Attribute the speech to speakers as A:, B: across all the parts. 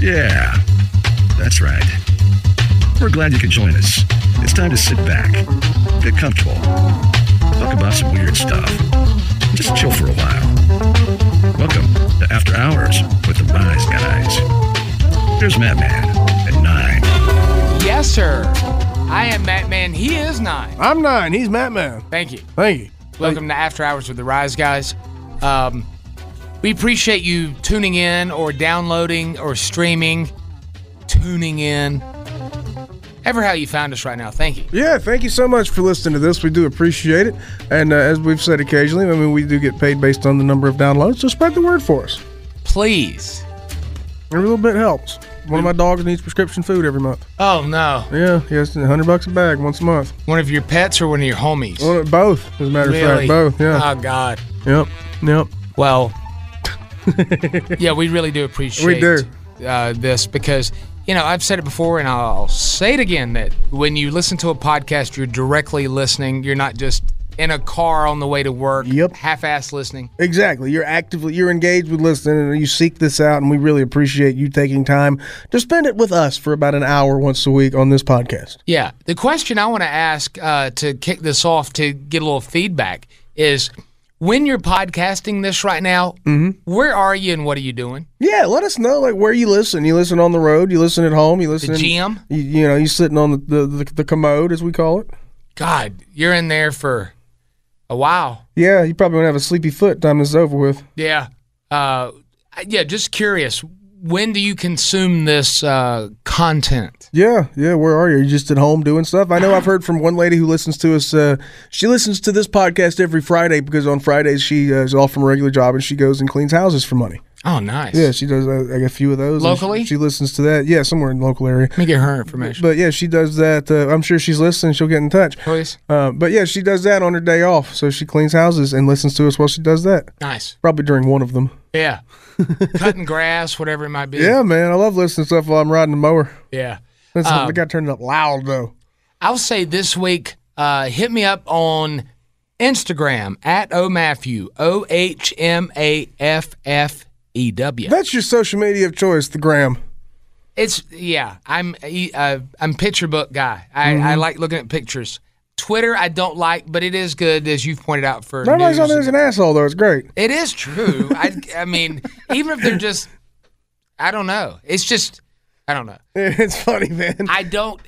A: Yeah, that's right. We're glad you could join us. It's time to sit back, get comfortable, talk about some weird stuff, just chill for a while. Welcome to After Hours with the Wise Guys. Here's Madman at 9.
B: Yes, sir. I am Matt Man. He is nine.
C: I'm nine. He's Batman.
B: Thank you.
C: Thank you.
B: Welcome to After Hours with the Rise Guys. Um, we appreciate you tuning in or downloading or streaming, tuning in. Ever how you found us right now. Thank you.
C: Yeah, thank you so much for listening to this. We do appreciate it. And uh, as we've said occasionally, I mean, we do get paid based on the number of downloads, so spread the word for us.
B: Please.
C: Every little bit helps. One of my dogs needs prescription food every month.
B: Oh, no.
C: Yeah, yes, 100 bucks a bag once a month.
B: One of your pets or one of your homies?
C: Well, both, as a matter of fact, both. Yeah.
B: Oh, God.
C: yep. Yep.
B: Well, yeah, we really do appreciate
C: We do.
B: Uh, this because you know I've said it before and I'll say it again that when you listen to a podcast, you're directly listening. You're not just in a car on the way to work,
C: Yep.
B: half-ass listening.
C: Exactly. You're actively you're engaged with listening and you seek this out and we really appreciate you taking time to spend it with us for about an hour once a week on this podcast.
B: Yeah. The question I want to ask uh, to kick this off to get a little feedback is when you're podcasting this right now,
C: Mm-hmm.
B: where are you and what are you doing?
C: Yeah, let us know like where you listen. You listen on the road. You listen at home. You listen
B: The gym?
C: You, you know, you sitting on the, the, the, the commode as we call it.
B: God, you're in there for a while.
C: Yeah, you probably won't have a sleepy foot time this is over with.
B: Yeah. Uh, yeah, just curious. When do you consume this uh, content?
C: Yeah, yeah. Where are you? Are you just at home doing stuff? I know I've heard from one lady who listens to us. Uh, she listens to this podcast every Friday because on Fridays she uh, is off from a regular job and she goes and cleans houses for money.
B: Oh, nice.
C: Yeah, she does uh, like a few of those and she-
B: Locally?
C: She, listens to that. Yeah, somewhere in the local area.
B: Let me get her information,
C: But yeah, she does that. Uh, I'm sure she's listening. She'll get in touch.
B: please.
C: Uh, but yeah, she does that on her day off. So she cleans houses and listens to us while she does that.
B: Nice.
C: Probably during one of them.
B: Yeah. Cutting grass, whatever it might be.
C: Yeah, man, I love listening to stuff while I'm riding the mower.
B: Yeah.
C: That's
B: Um,
C: I got turned up loud though.
B: I'll say this week, uh, hit me up on Instagram at O'Matthew, O H M A F F E W.
C: That's your social media of choice, the gram.
B: It's yeah. I'm uh, I'm picture book guy. I, I
C: Mm-hmm.
B: like looking at pictures. Twitter I don't like, but it is good as you've pointed out for news
C: Nobody's on there as an asshole though. It's great.
B: It is true. I, I mean, even if they're just, I don't know. It's just, I don't know.
C: It's funny, man.
B: I don't.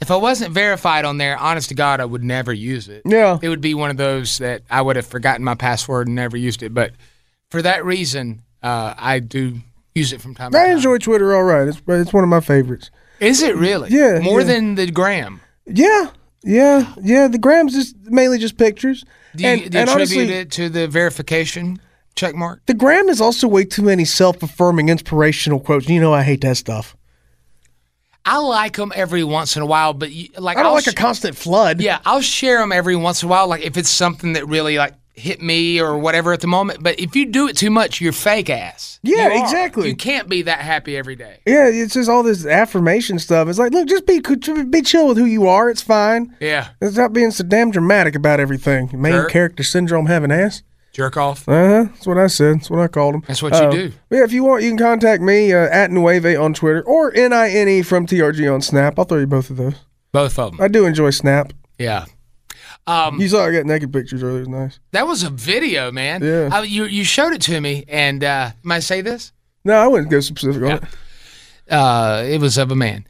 B: If I wasn't verified on there, honest to God, I would never use it.
C: Yeah.
B: It would be one of those that I would have forgotten my password and never used it. But for that reason, uh, I do use it from time to
C: I
B: time.
C: enjoy Twitter all right. It's it's one of my favorites.
B: Is it really?
C: Yeah,
B: More
C: yeah.
B: than the gram.
C: Yeah, yeah, yeah. The gram's just mainly just pictures.
B: Do you,
C: and
B: do you
C: and
B: attribute
C: honestly,
B: it to the verification check mark?
C: the gram is also way too many self-affirming, inspirational quotes. You know, I hate that stuff.
B: I like them every once in a while, but you, like
C: I don't
B: I'll
C: like
B: sh-
C: a constant flood.
B: Yeah, I'll share them every once in a while, like if it's something that really like hit me or whatever at the moment. But if you do it too much, you're fake ass.
C: Yeah,
B: You are.
C: exactly.
B: You can't be that happy every day.
C: Yeah, it's just all this affirmation stuff. It's like, look, just be be chill with who you are. It's fine.
B: Yeah,
C: It's not being so damn dramatic about everything. Main
B: Sure.
C: character syndrome having ass.
B: jerk off.
C: Uh huh. That's what I said. That's what I called him.
B: That's what you
C: Uh,
B: do.
C: Yeah, if you want, you can contact me uh, at Nueve on Twitter or NINE E from TRG on Snap. I'll throw you both of those.
B: Both of them.
C: I do enjoy Snap.
B: Yeah. Um,
C: You saw I got naked pictures earlier. It was nice.
B: that was a video, man.
C: Yeah.
B: I, you you showed it to me, and uh, may I say this?
C: No, I wouldn't go specific on
B: Yeah.
C: it.
B: Uh, it was of a man.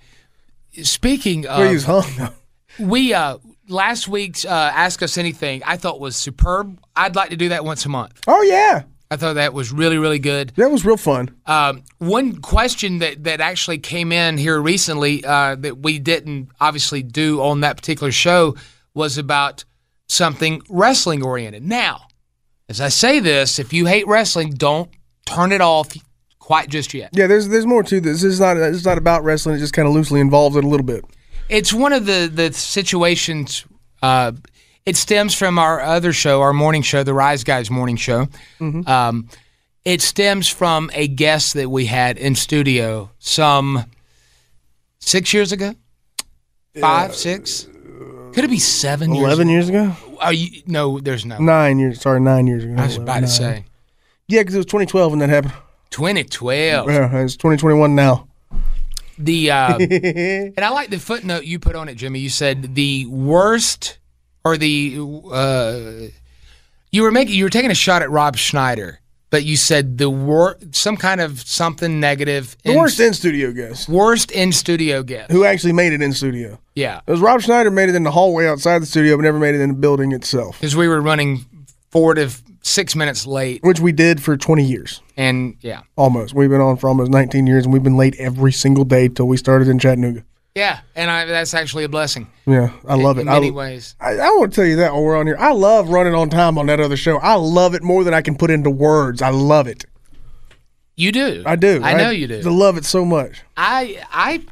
B: Speaking of,
C: Where he was hung. though.
B: we uh, last week's uh, ask us anything I thought was superb. I'd like to do that once a month.
C: Oh yeah,
B: I thought that was really really good.
C: that was real fun.
B: Um, one question that that actually came in here recently uh, that we didn't obviously do on that particular show was about something wrestling oriented. Now, as I say this, if you hate wrestling, don't turn it off quite just yet.
C: Yeah, there's there's more to this. It's not it's not about wrestling. It just kind of loosely involves it a little bit.
B: It's one of the the situations. Uh, it stems from our other show, our morning show, the Rise Guys morning show. Um, it stems from a guest that we had in studio some six years ago, five, six. Could it be seven?
C: Eleven
B: Years
C: years ago,
B: ago? Are you, no, there's no.
C: nine years. Sorry, nine years ago.
B: I was about to say
C: Yeah, because it was 2012 when that happened.
B: 2012.
C: Yeah, it's 2021 now.
B: The uh, and I like the footnote you put on it, Jimmy. You said the worst or the uh, you were making you were taking a shot at Rob Schneider, but you said the wor- some kind of something negative.
C: The worst in studio guest
B: worst in studio guest.
C: who actually made it in studio.
B: Yeah,
C: It was Rob Schneider made it in the hallway outside the studio, but never made it in the building itself,
B: because we were running four to f- six minutes late,
C: which we did for 20 years
B: and yeah,
C: almost. We've been on for almost 19 years, and we've been late every single day till we started in Chattanooga.
B: yeah, and I, that's actually a blessing.
C: Yeah, I love it.
B: in
C: I-
B: many ways.
C: I, I want to tell you that while we're on here. I love running on time on that other show. I love it more than I can put into words. I love it.
B: You do.
C: I do.
B: I know you do.
C: I love it so much.
B: I I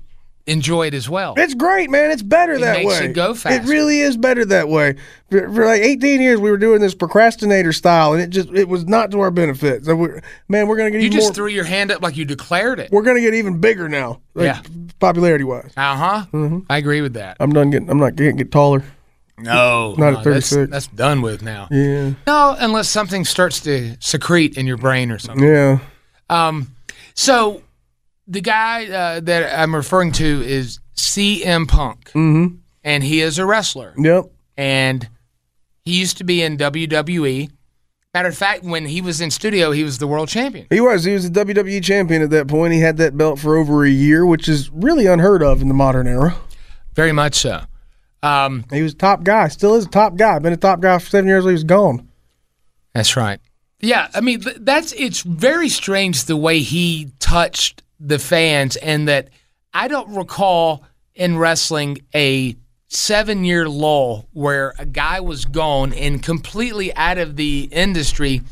B: enjoy it as well.
C: It's great, man. It's better that
B: makes
C: way.
B: it go
C: It
B: faster.
C: really is better that way. For, for like 18 years, we were doing this procrastinator style, and it just it was not to our benefit. So, we're, man, we're gonna get
B: You
C: even
B: just
C: more.
B: threw your hand up like you declared it.
C: we're gonna get even bigger now. Like,
B: Yeah.
C: Popularity wise,
B: Uh huh.
C: Mm-hmm.
B: I agree with that.
C: I'm done getting. I'm not getting get taller.
B: No,
C: Not at
B: no, that's-
C: 36.
B: That's, done with now.
C: Yeah.
B: No, unless something starts to secrete in your brain or something.
C: Yeah.
B: Um, so the guy uh, that I'm referring to is CM Punk,
C: Mm-hmm.
B: and he is a wrestler,
C: Yep.
B: and he used to be in WWE. Matter of fact, when he was in studio, he was the world champion.
C: He was. He was the WWE E champion at that point. He had that belt for over a year, which is really unheard of in the modern era.
B: Very much so. Um,
C: He was a top guy. Still is a top guy. Been a top guy for seven years. He was gone.
B: That's right. Yeah, I mean th- that's it's very strange the way he touched the fans and that I don't recall in wrestling a 7-year lull where a guy was gone and completely out of the industry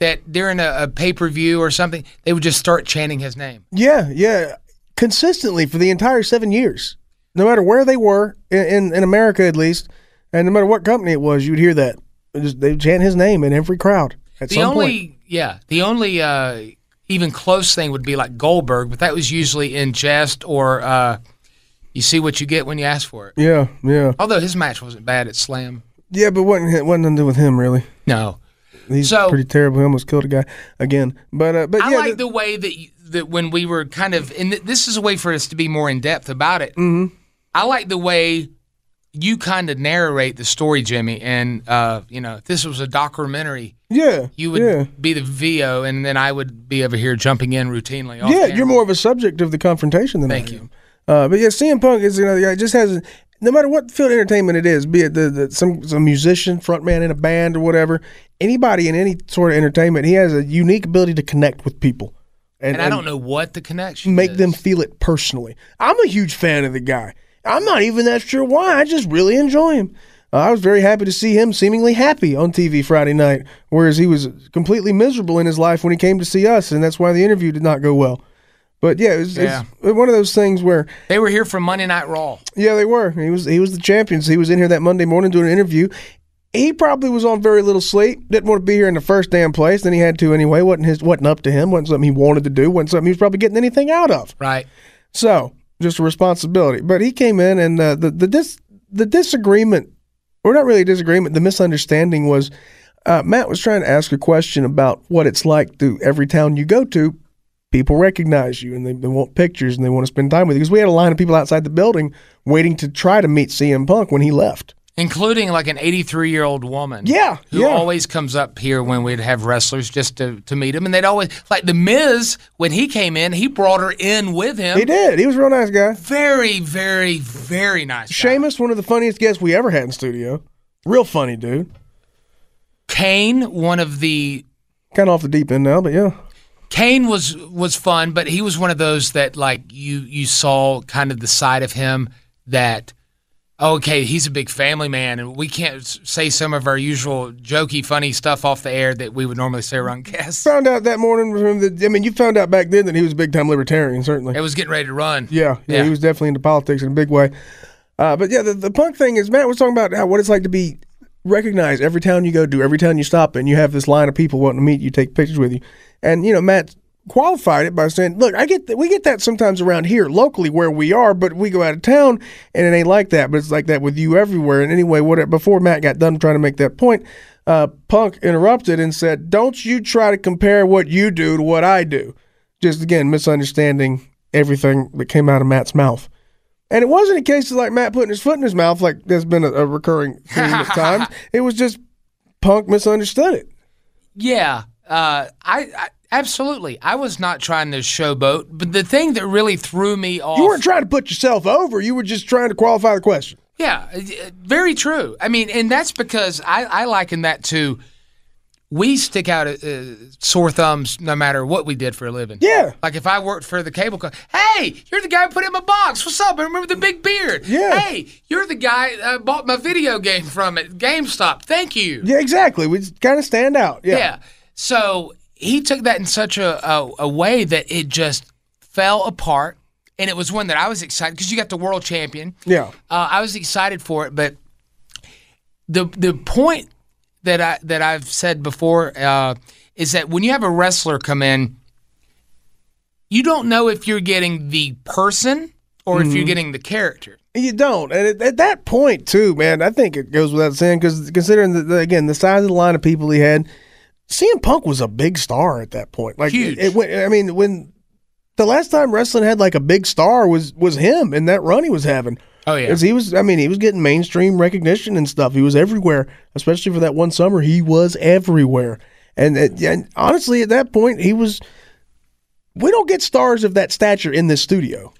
B: that during a, a pay-per-view or something they would just start chanting his name.
C: Yeah, yeah. Consistently for the entire seven years. No matter where they were, in, in, in America at least, and no matter what company it was, you'd hear that. It just- They would chant his name in every crowd at
B: The
C: some
B: only
C: point.
B: yeah, the only uh, even close thing would be like Goldberg, but that was usually in jest or uh, you see what you get when you ask for it.
C: Yeah, yeah.
B: Although his match wasn't bad at Slam.
C: Yeah, but wasn't, wasn't nothing to do with him, really.
B: No.
C: He's
B: So-
C: pretty terrible. He almost killed a guy again. But, uh, but
B: I
C: yeah.
B: like
C: th-
B: the way that you, that when we were kind of and th- this is a way for us to be more in depth about it. Mm-hmm. I like the way you kind of narrate the story, Jimmy. And uh, you know, if this was a documentary,
C: yeah.
B: you would
C: Yeah.
B: be the VO, and then I would be over here jumping in routinely. off
C: Yeah,
B: camera.
C: you're more of a subject of the confrontation than
B: Thank
C: I
B: you.
C: am. Uh, but yeah, CM Punk is you know yeah, it just has no matter what field of entertainment it is, be it the, the some some musician, frontman in a band or whatever, anybody in any sort of entertainment, he has a unique ability to connect with people
B: And I don't know what the connection
C: make
B: is.
C: them feel it personally. I'm a huge fan of the guy. I'm not even that sure why. I just really enjoy him. Uh, I was very happy to see him seemingly happy on TV Friday night, whereas he was completely miserable in his life when he came to see us, and that's why the interview did not go well. But yeah, it was, it's one of those things where
B: They were here for Monday Night Raw.
C: yeah, they were. He was he was the champion. So he was in here that Monday morning doing an interview. He probably was on very little sleep. Didn't want to be here in the first damn place. Then he had to anyway. wasn't his wasn't up to him. wasn't something he wanted to do. wasn't something he was probably getting anything out of.
B: Right.
C: So just a responsibility. But he came in, and uh, the the dis the disagreement, or not really a disagreement, the misunderstanding was uh, Matt was trying to ask a question about what it's like to every town you go to, people recognize you and they, they want pictures and they want to spend time with you. Because we had a line of people outside the building waiting to try to meet CM Punk when he left.
B: including like an 83 year old woman.
C: Yeah,
B: Who
C: yeah.
B: always comes up here when we'd have wrestlers just to, to meet him. And they'd always, like The Miz, when he came in, he brought her in with him.
C: He did. He was a real nice guy.
B: Very, very, very nice. guy.
C: Seamus, one of the funniest guests we ever had in studio. Real funny dude.
B: Kane, one of the
C: Kind of off the deep end now, but yeah.
B: Kane was was fun, but he was one of those that like you you saw kind of the side of him that okay, he's a big family man, and we can't s- say some of our usual jokey, funny stuff off the air that we would normally say around guests.
C: Found out that morning from the. I mean, you found out back then that he was a big time libertarian, certainly.
B: It was getting ready to run.
C: Yeah, yeah,
B: Yeah.
C: he was definitely into politics in a big way. Uh, but yeah, the, the punk thing is Matt was talking about how, what it's like to be recognized every town you go to, every town you stop, and you have this line of people wanting to meet you, take pictures with you, and you know Matt qualified it by saying, "Look, I get that we get that sometimes around here locally where we are, but we go out of town and it ain't like that. But it's like that with you everywhere." And anyway, what before Matt got done trying to make that point. Uh, Punk interrupted and said, "Don't you try to compare what you do to what I do." just again misunderstanding everything that came out of Matt's mouth. And it wasn't a case of like Matt putting his foot in his mouth, like there's been a, a recurring theme at times. It was just Punk misunderstood it.
B: Yeah, uh, I, I absolutely. I was not trying to showboat, but the thing that really threw me off.
C: You weren't trying to put yourself over. You were just trying to qualify the question.
B: Yeah, uh, very true. I mean, and that's because I, I liken that to we stick out uh, sore thumbs no matter what we did for a living.
C: Yeah.
B: Like if I worked for the cable company, hey, you're the guy who put it in my box. What's up? I remember the big beard.
C: Yeah.
B: Hey, you're the guy uh, bought my video game from it, GameStop. Thank you.
C: Yeah, exactly. We kind of stand out. Yeah.
B: Yeah. So he took that in such a, a, a way that it just fell apart. And it was one that I was excited because you got the world champion.
C: Yeah.
B: Uh, I was excited for it, but the the point that I that I've said before uh, is that when you have a wrestler come in, you don't know if you're getting the person or if you're getting the character.
C: You don't. And at, at that point, too, man, I think it goes without saying because considering, the, the- again, the size of the line of people he had, CM Punk was a big star at that point. Like,
B: Huge.
C: It, went, I mean, when the last time wrestling had like a big star was was him and that run he was having.
B: Oh yeah.
C: 'Cause he was, I mean, he was getting mainstream recognition and stuff. He was everywhere, especially for that one summer. He was everywhere. And, it- and honestly, at that point, he was. We don't get stars of that stature in this studio.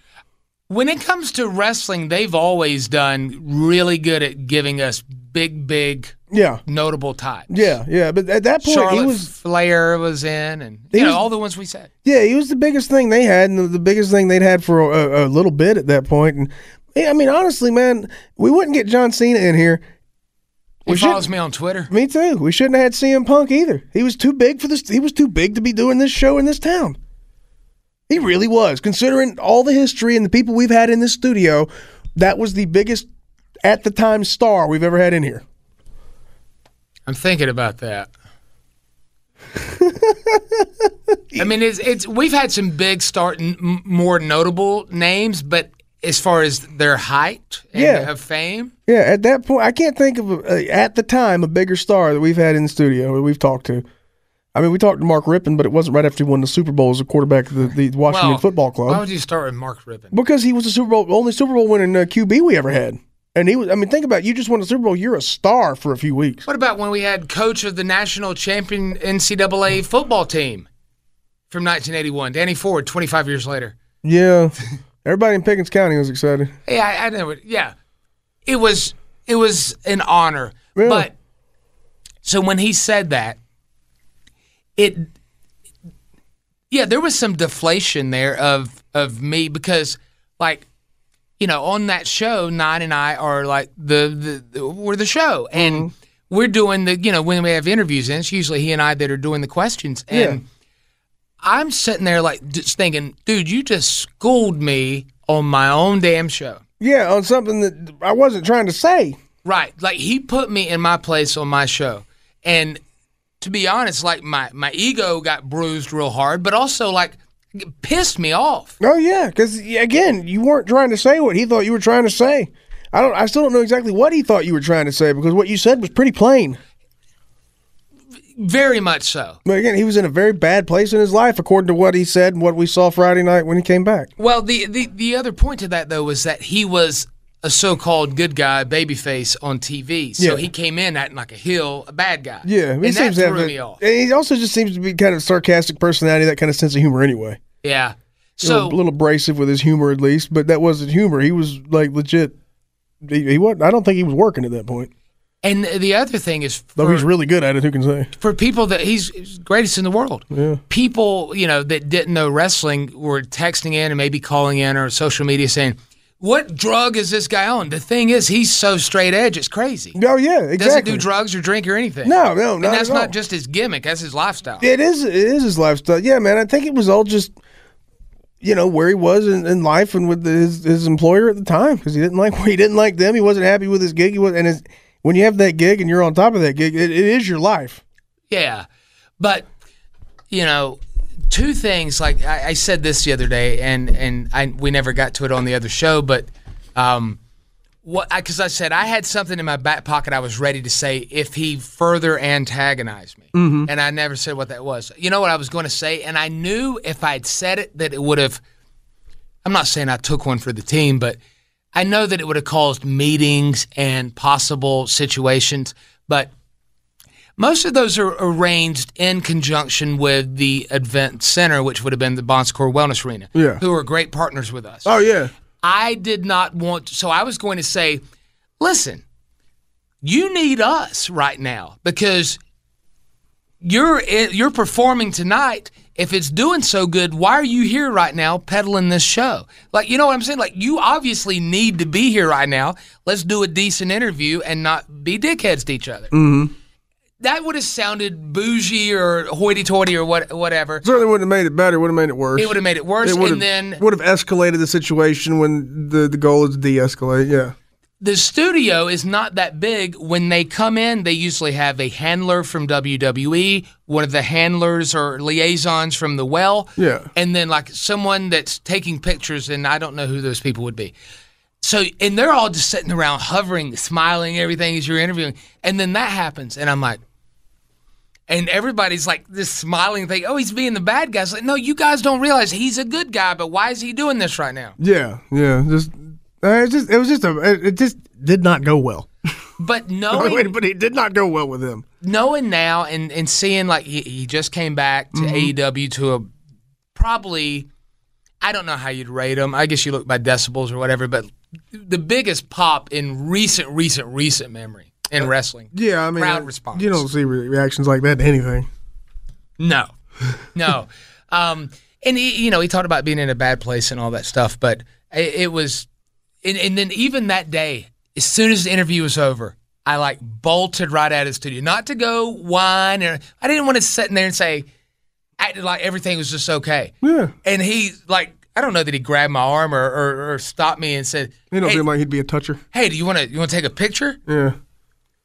B: When it comes to wrestling, they've always done really good at giving us big, big,
C: Yeah.
B: notable types.
C: Yeah, yeah, but at that point
B: Charlotte
C: he was
B: Flair was in, and
C: He
B: you know
C: was-
B: all the ones we said.
C: yeah he was the biggest thing they had and the, the biggest thing they'd had for a, a little bit at that point. And yeah, I mean, honestly, man, we wouldn't get John Cena in here.
B: He
C: We
B: follows me on Twitter.
C: Me too. We shouldn't have had CM Punk either. He was too big for this. He was too big to be doing this show in this town. He really was. Considering all the history and the people we've had in this studio, that was the biggest at the time star we've ever had in here.
B: I'm thinking about that. I mean, it's, it's we've had some big start, n- m- more notable names, but as far as their height and
C: Yeah.
B: of fame,
C: Yeah, at that point, I can't think of a, at the time a bigger star that we've had in the studio that we've talked to. I mean, we talked to Mark Rippon, but it wasn't right after he won the Super Bowl as a quarterback of the, the Washington
B: well,
C: Football Club
B: Why would you start with Mark Rippon?
C: because he was the Super Bowl only Super Bowl winning uh, QB we ever had. And he was. I mean, think about it. you just won a Super Bowl. You're a star for a few weeks.
B: What about when we had coach of the national champion NCAA football team from 1981, Danny Ford, 25 years later?
C: Yeah, everybody in Pickens County was excited.
B: Yeah, I, I know. It, yeah, it was it was an honor.
C: Yeah.
B: But so when he said that, it yeah, there was some deflation there of of me because like you know on that show, Nine and I are like the the, the we're the show and. We're doing the, you know, when we have interviews, and it's usually he and I that are doing the questions. And I'm sitting there like just thinking, dude, you just schooled me on my own damn show.
C: Yeah, on something that I wasn't trying to say.
B: Right. Like he put me in my place on my show. And to be honest, like my, my ego got bruised real hard, but also like it pissed me off.
C: Oh yeah, because again, you weren't trying to say what he thought you were trying to say. I don't. I still don't know exactly what he thought you were trying to say because what you said was pretty plain.
B: Very much so.
C: But again, he was in a very bad place in his life, according to what he said and what we saw Friday night when he came back.
B: Well, the, the, the other point to that though was that he was a so-called good guy babyface on TV. So
C: Yeah.
B: he came in acting like a heel, a bad guy.
C: Yeah,
B: and that
C: to
B: threw
C: a-
B: me off.
C: And he also just seems to be kind of sarcastic personality, that kind of sense of humor anyway.
B: yeah.
C: So, a
B: So
C: little, little abrasive with his humor at least, but that wasn't humor. He was like legit. He, he was. I don't think he was working at that point.
B: and the other thing is
C: Though
B: for-
C: he's really good at it. Who can say?
B: for people that he's- he's greatest in the world. People, you know, that didn't know wrestling were texting in and maybe calling in or social media saying, "What drug is this guy on?" The thing is, he's so straight edge, it's crazy.
C: Oh yeah, exactly.
B: Doesn't do drugs or drink or anything.
C: No, no,
B: and
C: not
B: that's
C: at
B: not
C: all.
B: just his gimmick; that's his lifestyle.
C: It is. It is his lifestyle. Yeah, man. I think it was all just, you know, where he was in, in life and with his his employer at the time because he didn't like he didn't like them. He wasn't happy with his gig. He was, and his, when you have that gig and you're on top of that gig, it, it is your life.
B: Yeah. But, you know, two things like I, I said this the other day, and, and I, we never got to it on the other show, but um, what because I, said I had something in my back pocket I was ready to say if he further antagonized me. And I never said what that was. You know what I was going to say? And I knew if I'd said it that it would have. I'm not saying I took one for the team, but I know that it would have caused meetings and possible situations. But most of those are arranged in conjunction with the Advent Center, which would have been the Bon Secours Wellness Arena,
C: Yeah.
B: who are great partners with us.
C: Oh, yeah.
B: I did not want, so I was going to say, listen, you need us right now because you're eh, you're performing tonight. If it's doing so good, why are you here right now peddling this show? Like, you know what I'm saying? Like, you obviously need to be here right now. Let's do a decent interview and not be dickheads to each other. Mm-hmm. That would have sounded bougie or hoity-toity or what, whatever.
C: Certainly wouldn't have made it better. Would have made it worse.
B: It would have made it worse. and then
C: would have escalated the situation when the the goal is to de-escalate. Yeah.
B: the studio is not that big. When they come in, they usually have a handler from WWE, one of the handlers or liaisons from the well,
C: Yeah.
B: and then like someone that's taking pictures, and I don't know who those people would be. So, and they're all just sitting around hovering, smiling, everything as you're interviewing, and then that happens, and I'm like. And everybody's like this smiling thing. Oh, he's being the bad guy. It's like, no, you guys don't realize he's a good guy, but why is he doing this right now?
C: Yeah. Yeah. Just. It just. It was just a. It, it just did not go well.
B: But knowing
C: but it did not go well with him.
B: knowing now and, and seeing like he, he just came back to AEW to a probably I don't know how you'd rate him. I guess you look by decibels or whatever, but the biggest pop in recent, recent, recent memory in wrestling.
C: Yeah, I mean,
B: Crowd
C: uh,
B: response.
C: You don't see re- reactions like that to anything.
B: No, no. um, and he, you know, he talked about being in a bad place and all that stuff, but it, it was, and, and then even that day, as soon as the interview was over, I like bolted right out of the studio, not to go whine, or I didn't want to sit in there and say, acted like everything was just okay.
C: Yeah.
B: And he like, I don't know that he grabbed my arm or, or, or stopped me and said,
C: It don't
B: hey,
C: seem like he'd be a toucher.
B: hey, do you want to you want to take a picture?
C: Yeah.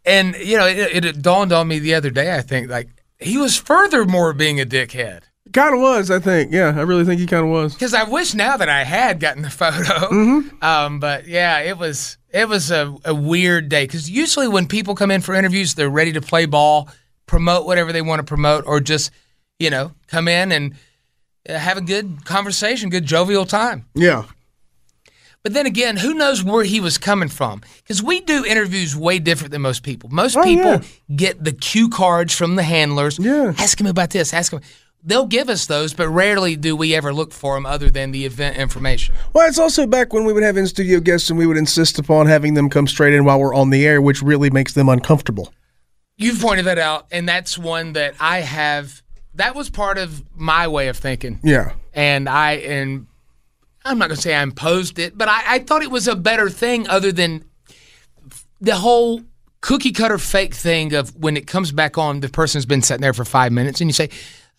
B: And you know, it, it dawned on me the other day. I think like he was furthermore being a dickhead.
C: Kind of was, I think. Yeah, I really think he kind of was.
B: Because I wish now that I had gotten the photo.
C: Mm-hmm.
B: Um, but yeah, it was it was a, a weird day. Because usually when people come in for interviews, they're ready to play ball, promote whatever they want to promote, or just you know come in and uh, have a good conversation, good jovial time.
C: Yeah.
B: But then again, who knows where he was coming from? Because we do interviews way different than most people. Most
C: Oh,
B: people
C: yeah.
B: get the cue cards from the handlers.
C: Yeah.
B: Ask him about this. Ask him. They'll give us those, but rarely do we ever look for them other than the event information.
C: Well, it's also back when we would have in studio guests and we would insist upon having them come straight in while we're on the air, which really makes them uncomfortable.
B: You've pointed that out, and that's one that I have. That was part of my way of thinking,
C: Yeah.
B: and I and I'm not gonna say I imposed it, but I, I thought it was a better thing other than the whole cookie cutter fake thing of when it comes back on, the person's been sitting there for five minutes, and you say.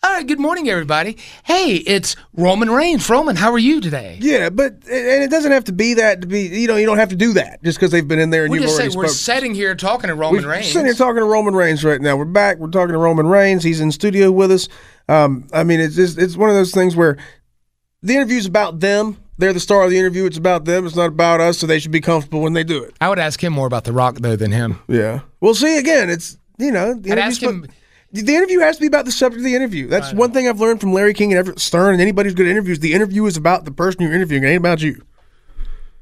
B: All right, good morning, everybody. Hey, it's Roman Reigns. Roman, how are you today?
C: Yeah, but and it doesn't have to be that to be. You know, you don't have to do that just because they've been in there and
B: we
C: you've
B: just say
C: already
B: we're
C: spoken.
B: sitting here talking to Roman
C: We're
B: Reigns.
C: sitting here talking to Roman Reigns right now. We're back. We're talking to Roman Reigns. He's in studio with us. Um, I mean, it's just, it's one of those things where the interview's about them. They're the star of the interview. It's about them. It's not about us. So they should be comfortable when they do it.
B: I would ask him more about The Rock though than him.
C: Yeah. We'll see. Again, it's you know, the
B: I'd
C: interview's
B: ask him-
C: spo- the interview has to be about the subject of the interview. That's one thing I've learned from Larry King and Everett Stern and anybody who's good at interviews. The interview is about the person you're interviewing. It ain't about you.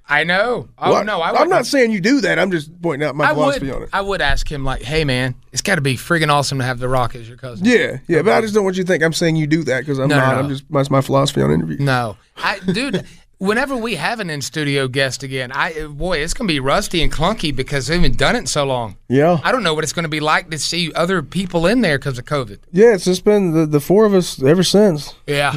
B: I know. Oh
C: Well,
B: no, I
C: I'm
B: wouldn't.
C: not saying you do that. I'm just pointing out my
B: I
C: philosophy
B: would.
C: on it.
B: I would ask him like, "Hey, man, it's got to be friggin' awesome to have The Rock as your cousin."
C: yeah, yeah, but I just don't want you to think I'm saying you do that because I'm
B: No, no,
C: not.
B: no.
C: I'm just that's my philosophy on interviews.
B: No, I, dude. Whenever we have an in studio guest again, I boy, it's gonna be rusty and clunky because we haven't done it in so long.
C: Yeah,
B: I don't know what it's gonna be like to see other people in there because of COVID.
C: yeah. It's just been the, the four of us ever since.
B: Yeah.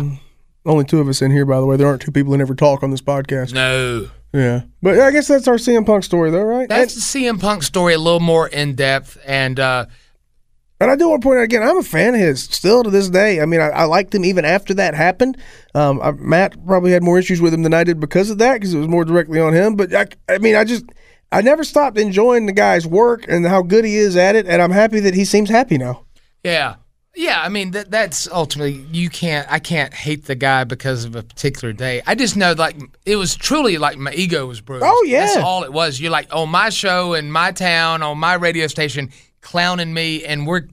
C: Only two of us in here, by the way. There aren't two people that ever talk on this podcast.
B: No.
C: Yeah, but I guess that's our CM Punk story, though, right?
B: That's
C: And-
B: the CM Punk story a little more in depth, and uh,
C: And I do want to point out again, I'm a fan of his still to this day. I mean, I, I liked him even after that happened. Um, I, Matt probably had more issues with him than I did because of that, because it was more directly on him. But I, I mean, I just, I never stopped enjoying the guy's work and how good he is at it. And I'm happy that he seems happy now.
B: yeah, yeah. I mean, that that's ultimately you can't. I can't hate the guy because of a particular day. I just know like it was truly like my ego was bruised.
C: Oh, yeah.
B: that's all it was. You're like on my show in my town on my radio station, clowning me, and we're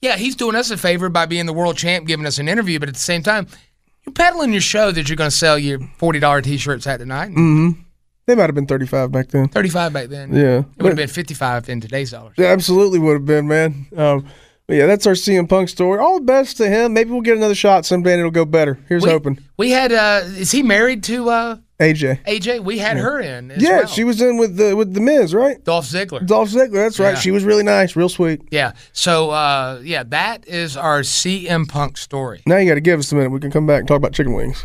B: yeah. He's doing us a favor by being the world champ, giving us an interview, but at the same time. You're peddling your show that you're going to sell your forty dollar t shirts at tonight, and
C: They might have been 35 back then.
B: thirty five back then.
C: Mm. Yeah.
B: it would have been fifty five in today's dollars.
C: Yeah, absolutely would have been, man. Um, but yeah, that's our CM Punk story. All the best to him. Maybe we'll get another shot someday and it'll go better. Here's
B: we,
C: hoping.
B: We had uh is he married to uh
C: AJ.
B: AJ? We had her in. As
C: Yeah,
B: well.
C: she was in with the with the Miz, right?
B: Dolph Ziggler.
C: Dolph Ziggler. That's right.
B: Yeah.
C: She was really nice, real sweet.
B: yeah. So uh yeah, that is our CM Punk story.
C: Now you got to give us a minute. We can come back and talk about chicken wings.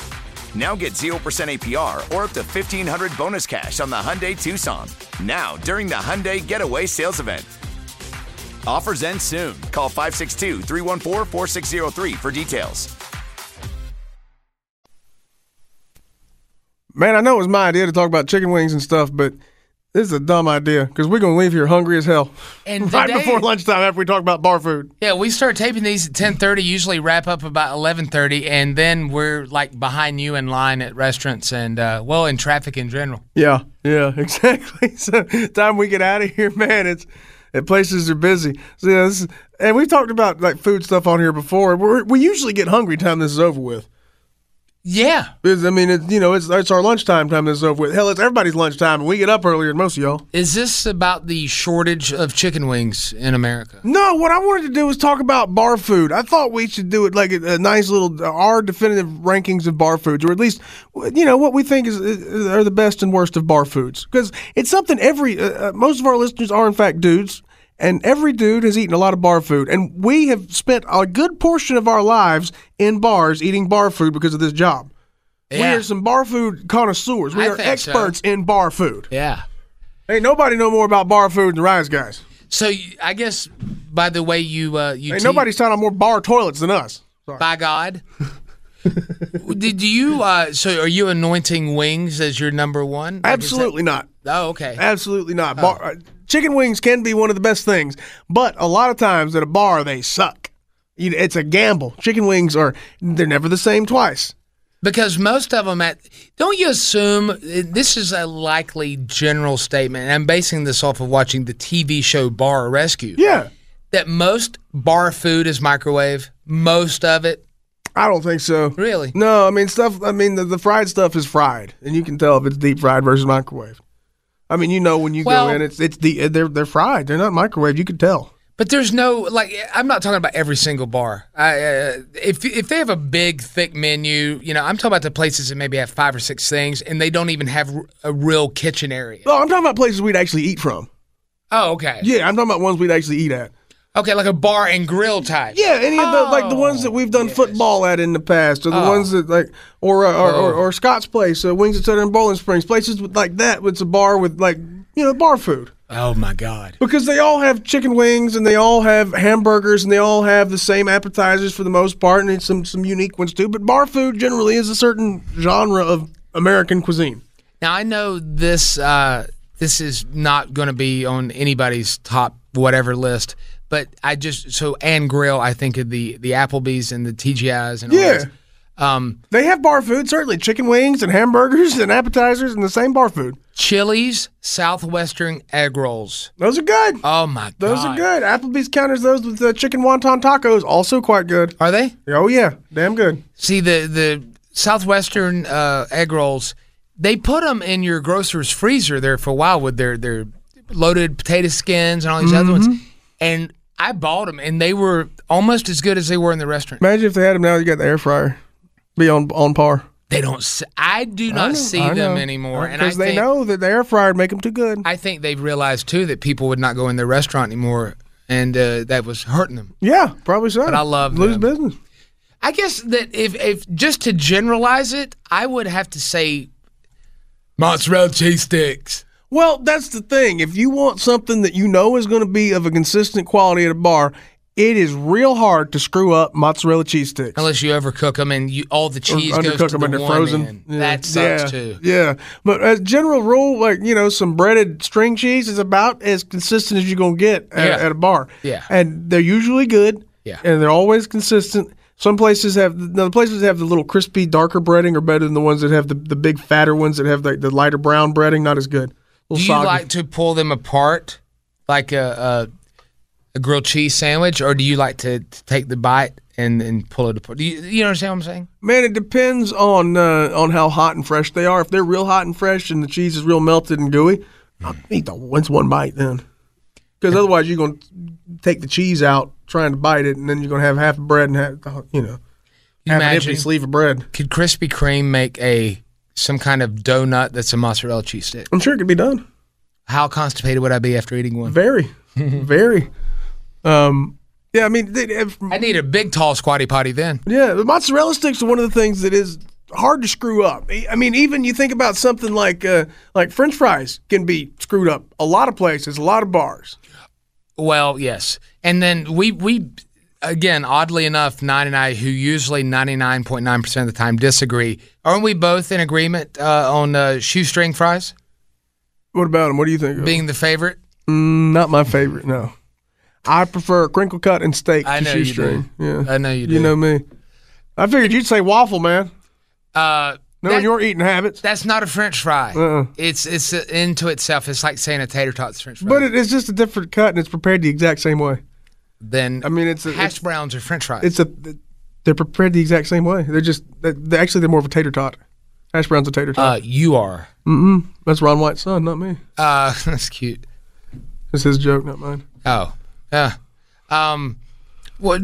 D: Now get 0% APR or up to 1500 bonus cash on the Hyundai Tucson. Now, during the Hyundai Getaway Sales Event. Offers end soon. Call 562 314 4603 for details.
C: Man, I know it was my idea to talk about chicken wings and stuff, but this is a dumb idea because we're going to leave here hungry as hell
B: And
C: right
B: today-
C: before lunchtime after we talk about bar food.
B: Yeah, we start taping these at ten thirty, usually wrap up about eleven thirty, and then we're like behind you in line at restaurants and uh well in traffic in general.
C: Yeah, yeah, exactly. So time we get out of here, man, it's it, places are busy. So yeah, this is, and we've talked about like food stuff on here before. We're, we usually get hungry time this is over with.
B: Yeah.
C: Because, I mean, it's you know, it's, it's our lunchtime time this is over with. Hell, it's everybody's lunchtime, and we get up earlier than most of y'all.
B: Is this about the shortage of chicken wings in America?
C: No, what I wanted to do was talk about bar food. I thought we should do it like a, a nice little our definitive rankings of bar foods, or at least you know what we think is, is are the best and worst of bar foods, because it's something every uh, uh, most of our listeners are in fact dudes. And every dude has eaten a lot of bar food. And we have spent a good portion of our lives in bars eating bar food because of this job. We are some bar food connoisseurs. We
B: I
C: are
B: think so.
C: experts in bar food.
B: Yeah.
C: Hey, nobody know more about bar food than the Rise Guys.
B: So you- I guess by the way you uh, you
C: Hey,
B: te-
C: nobody's sat on more bar toilets than us. Sorry.
B: by God. Did you? Uh, so, are you anointing wings as your number one? Like, is that-
C: Absolutely not.
B: Oh, okay.
C: Absolutely not. Bar, uh, chicken wings can be one of the best things, but a lot of times at a bar they suck. You, it's a gamble. Chicken wings are they're never the same twice.
B: Because most of them at don't you assume this is a likely general statement? And I'm basing this off of watching the TV show Bar Rescue.
C: Yeah,
B: That most bar food is microwave. Most of it,
C: I don't think so.
B: really.
C: No, I mean stuff. I mean the, the fried stuff is fried, and you can tell if it's deep fried versus microwave. I mean, you know when you
B: Well-
C: go in, it's it's the they're they're fried. They're not microwave. You can tell.
B: But there's no like I'm not talking about every single bar. I, uh, if if they have a big thick menu, you know, I'm talking about the places that maybe have five or six things, and they don't even have r- a real kitchen area.
C: No, I'm talking about places we'd actually eat from.
B: Oh, okay.
C: Yeah, I'm talking about ones we'd actually eat at.
B: Okay, like a bar and grill type.
C: Yeah, any of the like the ones
B: Oh,
C: that we've done football at in the past, or the ones that like or uh, or,
B: Oh.
C: or, or Scott's place, uh, Wings at Southern Bowling Springs, places with, like that. It's a bar with like you know bar food
B: Oh my God.
C: because they all have chicken wings and they all have hamburgers and they all have the same appetizers for the most part, and it's some some unique ones too. But bar food generally is a certain genre of American cuisine.
B: Now I know this uh, this is not going to be on anybody's top whatever list, but I just so and grill. I think of the the Applebee's and the TGI's and all
C: Yeah.
B: this. Um,
C: They have bar food certainly, chicken wings and hamburgers and appetizers and the same bar food.
B: Chili's Southwestern egg rolls.
C: Those are good.
B: Oh my god,
C: Those are good. Applebee's counters those with the chicken wonton tacos, also quite good.
B: Are they?
C: Oh yeah, damn good.
B: See the the Southwestern uh, egg rolls. They put them in your grocer's freezer there for a while with their their loaded potato skins and all these other ones.
C: Mm-hmm.
B: And I bought them, and they were almost as good as they were in the restaurant.
C: Imagine if they had them now. You got the air fryer, be on on par.
B: They don't. s- I do not see them anymore, and I
C: because they
B: think,
C: know that the air fryer would make them too good.
B: I think they've realized too that people would not go in their restaurant anymore, and uh, that was hurting them.
C: yeah, probably so.
B: But I love
C: lose
B: them.
C: business.
B: I guess that if, if just to generalize it, I would have to say mozzarella cheese sticks.
C: Well, that's the thing. If you want something that you know is going to be of a consistent quality at a bar, it is real hard to screw up mozzarella cheese sticks.
B: Unless you overcook them and you, all the
C: Or
B: cheese goes
C: undercook
B: to
C: them
B: the
C: and they're
B: one
C: frozen.
B: end. That sucks too.
C: Yeah, but as general rule, like you know, some breaded string cheese is about as consistent as you're gonna get at,
B: Yeah.
C: at a bar.
B: Yeah.
C: and they're usually good.
B: Yeah.
C: and they're always consistent. Some places have now the places that have the little crispy, darker breading are better than the ones that have the, the big fatter ones that have like the lighter brown breading. Not as good. A
B: Do
C: little
B: you
C: soggy.
B: like to pull them apart like a, a a grilled cheese sandwich, or do you like to, to take the bite and, and pull it apart? Do you, you understand what I'm saying?
C: Man, it depends on uh, on how hot and fresh they are. If they're real hot and fresh and the cheese is real melted and gooey, I'll eat the once one bite then. Because otherwise, you're gonna take the cheese out trying to bite it, and then you're gonna have half a bread and half you know
B: You
C: half an empty sleeve of bread.
B: could Krispy Kreme make a some kind of donut that's a mozzarella cheese stick?
C: I'm sure it could be done.
B: How constipated would I be after eating one?
C: Very, very. Um, yeah, I mean, they, if,
B: I need a big, tall, squatty potty then.
C: Yeah, the mozzarella sticks are one of the things that is hard to screw up. E, I- I mean, even you think about something like uh, like French fries can be screwed up a lot of places, a lot of bars.
B: Well, yes. And then we we again, oddly enough, nine and I, who usually ninety nine point nine percent of the time disagree, aren't we both in agreement uh, on uh, shoestring fries
C: What about them? What do you think?
B: being the favorite?
C: Mm, not my favorite. No, I prefer crinkle cut and steak
B: I
C: to
B: know you
C: shoestring.
B: do.
C: Yeah,
B: I know you do.
C: You know me. I figured you'd say waffle, man.
B: Uh,
C: Knowing
B: that-
C: your eating habits.
B: that's not a French fry.
C: Uh-uh.
B: It's it's uh, into itself. It's like saying a tater tot's French fry.
C: But it, it's just a different cut, and it's prepared the exact same way.
B: then
C: I mean, it's a,
B: hash
C: it's,
B: browns or French fries.
C: it's a they're prepared the exact same way. They're just they they actually they're more of a tater tot. Hash browns a tater tot.
B: uh, you are.
C: Mm-mm. That's Ron White's son, not me.
B: Uh, that's cute.
C: That's his joke, not mine.
B: Oh, yeah. Um, what?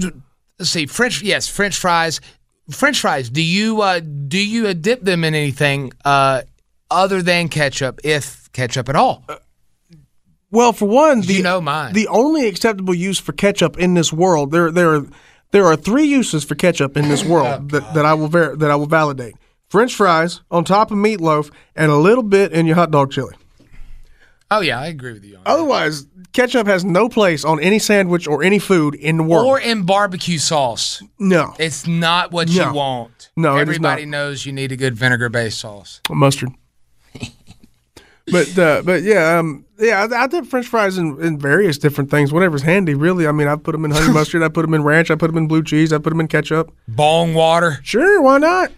B: Let's see. French, yes, French fries. French fries. Do you uh, do you uh, dip them in anything uh, other than ketchup, if ketchup at all?
C: Well, for one, the
B: You know mine.
C: the only acceptable use for ketchup in this world there there are there are three uses for ketchup in this world that, that I will ver- that I will validate. French fries on top of meatloaf and a little bit in your hot dog chili.
B: Oh yeah, I agree with you. on that.
C: Otherwise, ketchup has no place on any sandwich or any food in the world.
B: Or in barbecue sauce.
C: no.
B: It's not what you
C: No.
B: want.
C: No, it is
B: everybody
C: not.
B: knows you need a good vinegar-based sauce.
C: mustard. but uh, but yeah, um, yeah, I, I dip French fries in, in various different things, whatever's handy. Really, I mean, I put them in honey mustard, I put them in ranch, I put them in blue cheese, I put them in ketchup.
B: Bong water.
C: Sure, why not?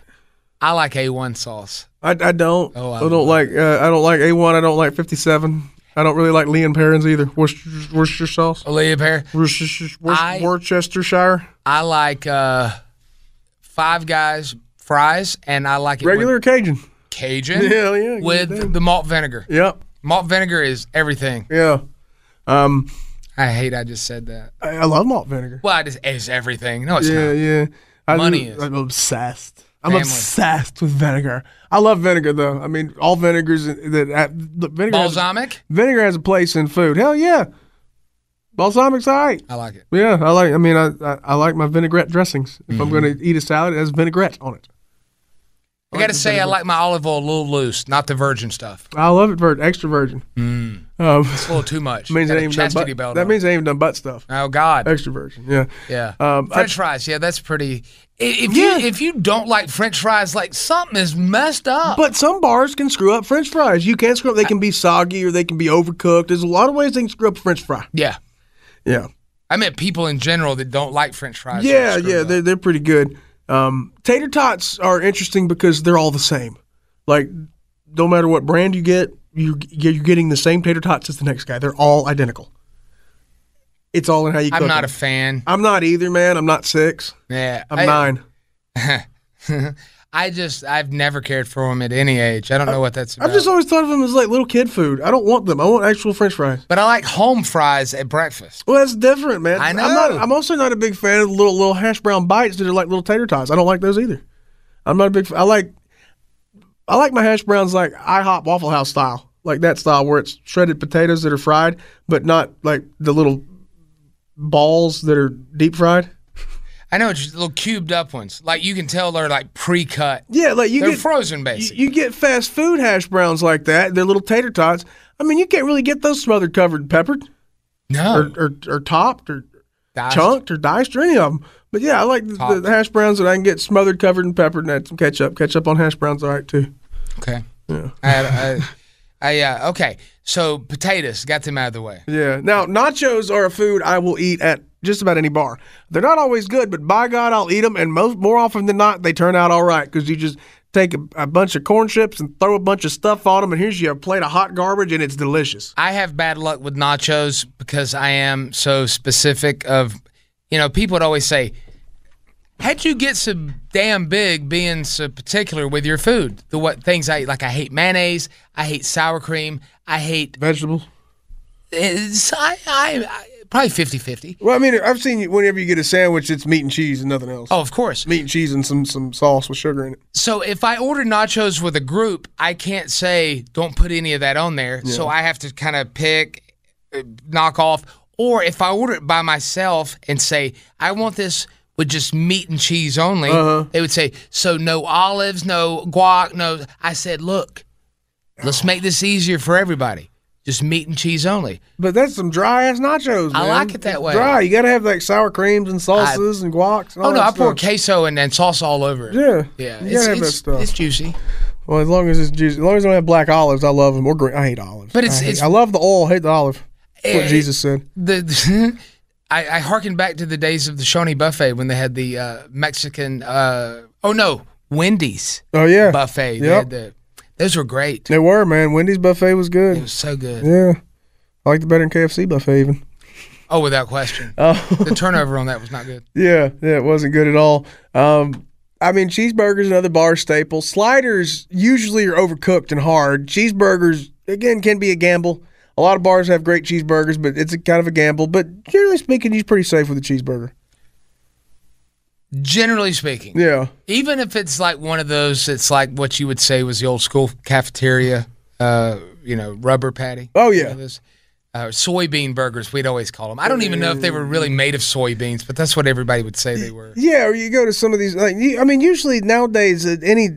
B: I like A1 sauce.
C: I, I don't.
B: Oh, I
C: I, don't like. Uh, I don't like A one. I don't like fifty seven. I don't really like Lee and Perrins either. Worcester, Worcester sauce.
B: Olivia Pear.
C: Worcestershire,
B: I-
C: Worcestershire.
B: I like uh, Five Guys fries, and I like it with
C: Regular Cajun.
B: Cajun
C: Yeah, yeah, good
B: with
C: thing.
B: the malt vinegar.
C: Yep.
B: Malt vinegar is everything.
C: Yeah. Um,
B: I hate I just said that.
C: I, I love malt vinegar.
B: Well, I just it's everything. No, it's
C: Yeah,
B: not.
C: yeah. I
B: Money is-
C: I'm obsessed. I'm
B: Family.
C: obsessed with vinegar. I love vinegar though. I mean, all vinegars that uh, look, vinegar has,
B: Balsamic.
C: vinegar has a place in food. Hell yeah. Balsamic's all right.
B: I like it.
C: Yeah, I like. I mean, I I, I like my vinaigrette dressings. If I'm
B: Mm-hmm.
C: going to eat a salad, it has vinaigrette on it.
B: I gotta say, I like my olive oil a little loose, not the virgin stuff.
C: I love it, vir- extra virgin. Um,
B: It's a little too much.
C: means it
B: Got a
C: ain't even done
B: Mm. chastity
C: butt,
B: belt
C: that
B: on.
C: means it ain't even done butt stuff.
B: oh God.
C: Extra virgin. Yeah.
B: Yeah.
C: Um, I-
B: French fries. Yeah, that's pretty. i- If
C: Yeah.
B: you if you don't like French fries, like something is messed up.
C: But some bars can screw up French fries. You can screw up. They can be soggy or they can be overcooked. There's a lot of ways they can screw up French fry.
B: yeah,
C: Yeah.
B: I meant people in general that don't like French fries.
C: Yeah,
B: Screw
C: yeah,
B: up.
C: they're, they're pretty good. Um, tater tots are interesting because they're all the same. Like, no matter what brand you get, you you're getting the same tater tots as the next guy. They're all identical. It's all in how you cook.
B: I'm not a
C: them.
B: fan.
C: I'm not either, man. I'm not six.
B: Yeah,
C: I'm
B: I-
C: nine.
B: I just I've never cared for them at any age. I don't know what that's about.
C: I've just always thought of them as like little kid food. I don't want them. I want actual French fries.
B: but I like home fries at breakfast.
C: Well, that's different, man.
B: I
C: I'm, not,
B: know.
C: I'm also not a big fan of the little little hash brown bites that are like little tater tots. I don't like those either. I'm not a big. f- I like. I like my hash browns like IHOP Waffle House style, like that style where it's shredded potatoes that are fried, but not like the little balls that are deep fried.
B: I know it's just little cubed up ones. Like you can tell they're like pre-cut.
C: Yeah, like you
B: they're
C: get
B: frozen
C: you,
B: basically.
C: you get fast food hash browns like that. They're little tater tots. I mean, you can't really get those smothered, covered, peppered,
B: no,
C: or, or or topped, or
B: Diced.
C: chunked or diced or any of them. But yeah, I like the, the,
B: Topped.
C: hash browns that I can get smothered, covered in pepper, and add some ketchup. Ketchup on hash browns, all right too.
B: Okay. Yeah. I, I, I, uh, okay. So potatoes got them out of the way.
C: Yeah. Now nachos are a food I will eat at just about any bar. They're not always good, but by God, I'll eat them, and most more often than not, they turn out all right because you just take a, a bunch of corn chips and throw a bunch of stuff on them, and here's your plate of hot garbage, and it's delicious.
B: I have bad luck with nachos because I am so specific of, you know, people would always say, how'd you get so damn big being so particular with your food? The what things I eat, like I hate mayonnaise, I hate sour cream, I hate,
C: Vegetables.
B: it's, I, I, I probably 50-50.
C: Well, I mean, I've seen you, whenever you get a sandwich, it's meat and cheese and nothing else.
B: Oh, of course.
C: Meat and cheese and some some sauce with sugar in it.
B: So if I order nachos with a group, I can't say don't put any of that on there. So I have to kind of pick, uh, knock off. Or if I order it by myself and say I want this with just meat and cheese only,
C: Uh-huh.
B: they would say so no olives, no guac, no. I said, look, let's make this easier for everybody. Just meat and cheese only.
C: But that's some dry ass nachos.
B: I
C: man.
B: like it that
C: It's
B: way.
C: Dry. You gotta have like sour creams and sauces and guacs. And all
B: Oh no,
C: that
B: I pour
C: stuff.
B: queso and, and sauce all over it.
C: Yeah,
B: yeah,
C: you
B: it's,
C: gotta have
B: it's,
C: that stuff.
B: it's juicy.
C: Well, as long as it's juicy, as long as I don't have black olives, I love them or green. I hate olives.
B: But it's-
C: I, hate-
B: it's-
C: I love the oil, hate the olive. That's what
B: Eh,
C: Jesus said.
B: the I, I hearken back to the days of the Shawnee buffet when they had the uh, Mexican. Uh, oh no, Wendy's
C: Oh yeah,
B: buffet. They
C: Yep.
B: had the, those were great. It
C: They were man. Wendy's buffet was good.
B: was so good.
C: yeah, I liked it better than KFC buffet even.
B: Oh, without question. the turnover on that was not good.
C: Yeah, yeah, it wasn't good at all. Um, I mean, cheeseburgers another bar staple. Sliders usually are overcooked and hard. Cheeseburgers again can be a gamble. A lot of bars have great cheeseburgers, but it's a kind of a gamble. But generally speaking, you're pretty safe with a cheeseburger.
B: Generally speaking,
C: Yeah,
B: even if it's like one of those, it's like what you would say was the old school cafeteria. Uh, you know, rubber patty.
C: Oh,
B: You
C: yeah.
B: know those? Uh, soybean burgers, we'd always call them. I don't even know if they were really made of soybeans, but that's what everybody would say they were.
C: yeah. Or you go to some of these. Like, you, I mean, usually nowadays, at any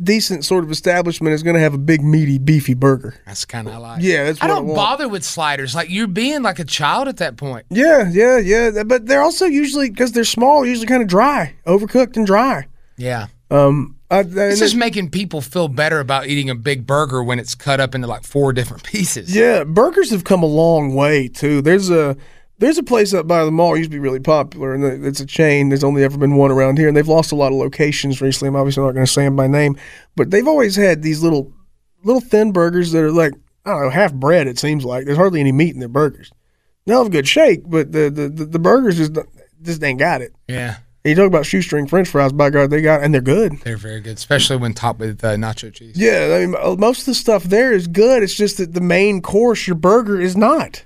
C: decent sort of establishment is going to have a big, meaty, beefy burger.
B: That's kind of I like.
C: Yeah, that's
B: I
C: what I
B: don't
C: want.
B: bother with sliders. Like you're being like a child at that point.
C: Yeah, yeah, yeah. Th- But they're also usually because they're small, usually kind of dry, overcooked and dry.
B: Yeah.
C: Um, I, and
B: This
C: it-
B: is making people feel better about eating a big burger when it's cut up into like four different pieces.
C: Yeah, burgers have come a long way too. There's a there's a place up by the mall used to be really popular, and it- it's a chain. There's only ever been one around here, and they've lost a lot of locations recently. I'm obviously not going to say them by name, but they've always had these little little thin burgers that are like I don't know half bread. It seems like there's hardly any meat in their burgers. They'll have a good shake, but the the, the, the burgers just don't- just ain't got it.
B: Yeah.
C: And you talk about shoestring French fries, by God, they got and they're good.
B: They're very good, especially when topped with uh, nacho cheese.
C: Yeah, I mean, uh, most of the stuff there is good. It's just that the main course, your burger, is not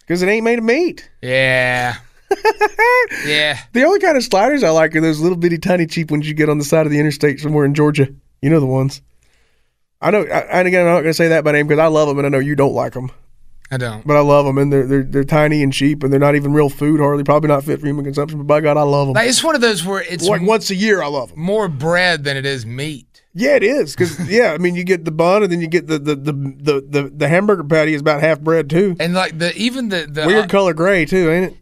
C: because it ain't made of meat.
B: Yeah. yeah.
C: The only kind of sliders I like are those little bitty tiny cheap ones you get on the side of the interstate somewhere in Georgia. You know the ones. I know, I, and again, I'm not going to say that by name because I love them and I know you don't like them,
B: I don't.
C: but I love them and they're, they're they're tiny and cheap and they're not even real food hardly, probably not fit for human consumption. But by God, I love them.
B: Like, it's one of those where it's
C: Like once a year, I love them.
B: more bread than it is meat.
C: Yeah, it is because yeah, I mean, you get the bun and then you get the the the the, the, the hamburger patty is about half bread too.
B: And like the even the, the uh,
C: Weird color gray too, ain't it?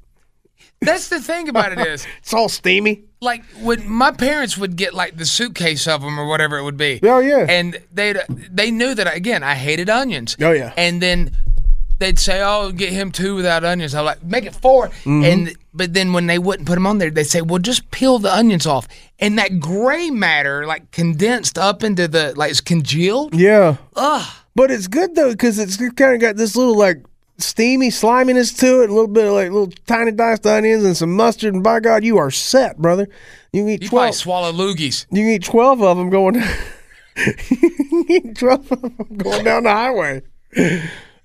B: that's the thing about it is
C: It's all steamy.
B: like when my parents would get like the suitcase of them or whatever it would be.
C: Oh, yeah.
B: And they they knew that again I hated onions.
C: Oh, yeah.
B: And then they'd say, "Oh, get him two without onions." I'm like, "Make it 4
C: Mm-hmm.
B: And but then when they wouldn't put them on there, they'd say, "Well, just peel the onions off." And that gray matter like condensed up into the like it's congealed.
C: Yeah. But it's good though because it's kind of got this little like steamy sliminess to it, a little bit of like little tiny diced onions and some mustard, and by God, you are set, brother. You can eat
B: You probably
C: twelve.
B: swallow loogies.
C: you can eat twelve of them going. you can eat twelve of them going down the highway.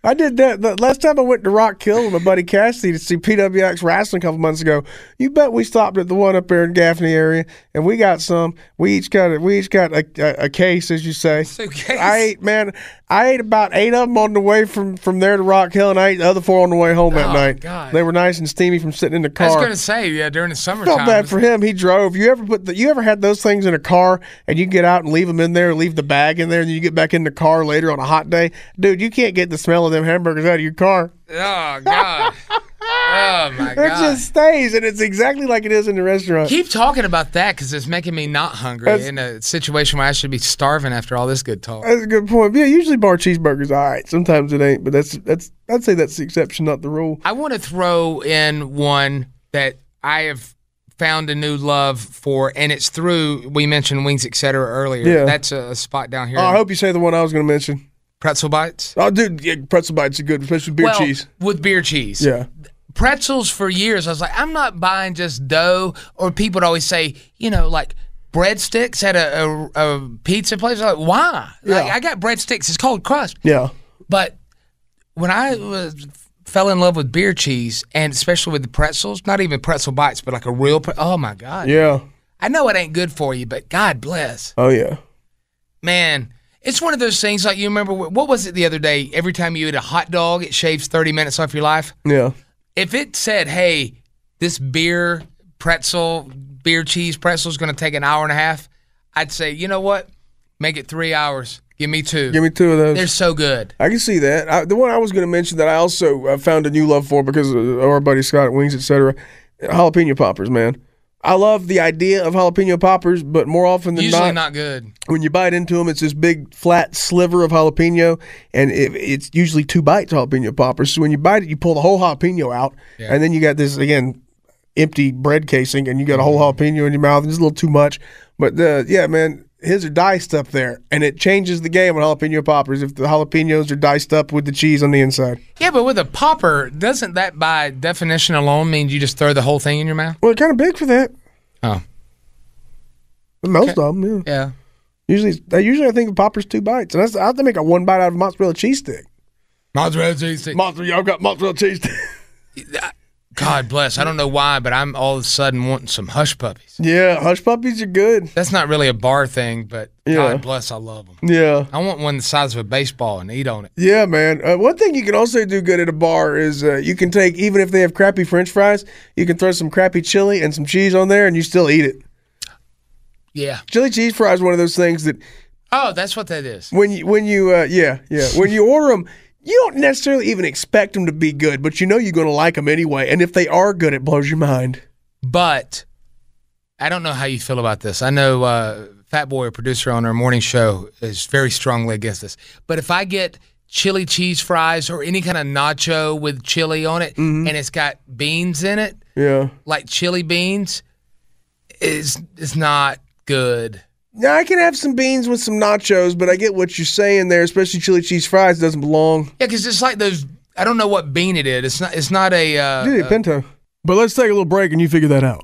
C: I did that the last time I went to Rock Hill with my buddy Cassidy to see PWX wrestling a couple months ago. You bet we stopped at the one up there in Gaffney area, and we got some. We each got a, we each got a, a, a case, as you say.
B: Suitcase.
C: I ate man, I ate about eight of them on the way from from there to Rock Hill, and I ate the other four on the way home that
B: Oh,
C: night.
B: God.
C: They were nice and steamy from sitting in the
B: I was
C: car.
B: gonna say yeah during the summertime.
C: Felt bad for him. He drove. You ever put the, you ever had those things in a car and you get out and leave them in there, leave the bag in there, and you get back in the car later on a hot day, dude. You can't get the smell of them hamburgers out of your car.
B: oh God. oh my
C: It
B: God.
C: just stays, and it's exactly like it is in the restaurant.
B: Keep talking about that because it's making me not hungry
C: That's-
B: in a situation where I should be starving after all this good talk.
C: that's a good point. Yeah, usually bar cheeseburgers, all right. Sometimes it ain't, but that's that's I'd say that's the exception, not the rule.
B: I want to throw in one that I have found a new love for, and it's through, we mentioned Wings, et cetera, earlier.
C: Yeah.
B: That's a, a spot down here.
C: Oh, I
B: in
C: hope you say the one I was going to mention.
B: Pretzel bites?
C: Oh, dude, yeah, pretzel bites are good, especially beer
B: Well,
C: cheese.
B: With beer cheese.
C: Yeah.
B: pretzels for years. I was like, I'm not buying just dough. Or people would always say, you know, like breadsticks at a, a, a pizza place. I'm like, why? Like,
C: Yeah.
B: I got breadsticks. It's called crust.
C: Yeah.
B: But when I was fell in love with beer cheese and especially with the pretzels, not even pretzel bites, but like a real. Pre- oh my god!
C: Yeah.
B: I know it ain't good for you, but God bless,
C: Oh, yeah.
B: man. It's one of those things like you remember wh- what was it the other day? Every time you eat a hot dog, it shaves thirty minutes off your life
C: Yeah.
B: if it said, "Hey, this beer pretzel, beer cheese pretzel is going to take an hour and a half," I'd say, you know what? Make it three hours. Give me two.
C: Give me two of those.
B: They're so good.
C: I can see that. I, the one I was going to mention that I also uh, found a new love for because of our buddy Scott at Wings, etc. Jalapeno poppers, man. I love the idea of jalapeno poppers, but more often than
B: Usually
C: not,
B: not good.
C: when you bite into them, it's this big flat sliver of jalapeno, and it, it's usually two bites jalapeno poppers. So when you bite it, you pull the whole jalapeno out, and then you got this again empty bread casing, and you got a whole jalapeno in your mouth. It's a little too much, but the, yeah, man, his are diced up there, and it changes the game on jalapeno poppers if the jalapenos are diced up with the cheese on the inside.
B: Yeah, but with a popper, doesn't that by definition alone mean you just throw the whole thing in your mouth?
C: Well, they're kind of big for that.
B: Oh,
C: Most of 'em, of them, yeah.
B: yeah.
C: Usually, I usually I think of poppers two bites, and that's, I have to make a one bite out of mozzarella cheese stick.
B: Mozzarella cheese. stick.
C: Mozzarella, y'all got mozzarella cheese stick.
B: God bless. I don't know why, but I'm all of a sudden wanting some hush puppies.
C: yeah, hush puppies are good.
B: That's not really a bar thing, but
C: Yeah.
B: God bless, I love them.
C: Yeah.
B: I want one the size of a baseball and eat on it.
C: Yeah, man. Uh, one thing you can also do good at a bar is uh, you can take, even if they have crappy french fries, you can throw some crappy chili and some cheese on there and you still eat it.
B: Yeah.
C: Chili cheese fry is one of those things that
B: Oh, that's what that is.
C: when you when you uh, yeah yeah when you order them, you don't necessarily even expect them to be good, but you know you're going to like them anyway. And if they are good, it blows your mind.
B: But I don't know how you feel about this. I know uh, Fat Boy, a producer on our morning show, is very strongly against this. But if I get chili cheese fries or any kind of nacho with chili on it, and it's got beans in it,
C: Yeah.
B: like chili beans, is it's not good.
C: Now I can have some beans with some nachos, but I get what you're saying there. Especially chili cheese fries doesn't belong.
B: Yeah, because it's like those. I don't know what bean it is. It's not. It's not a. Uh,
C: Dude,
B: uh,
C: pinto. But let's take a little break and you figure that out.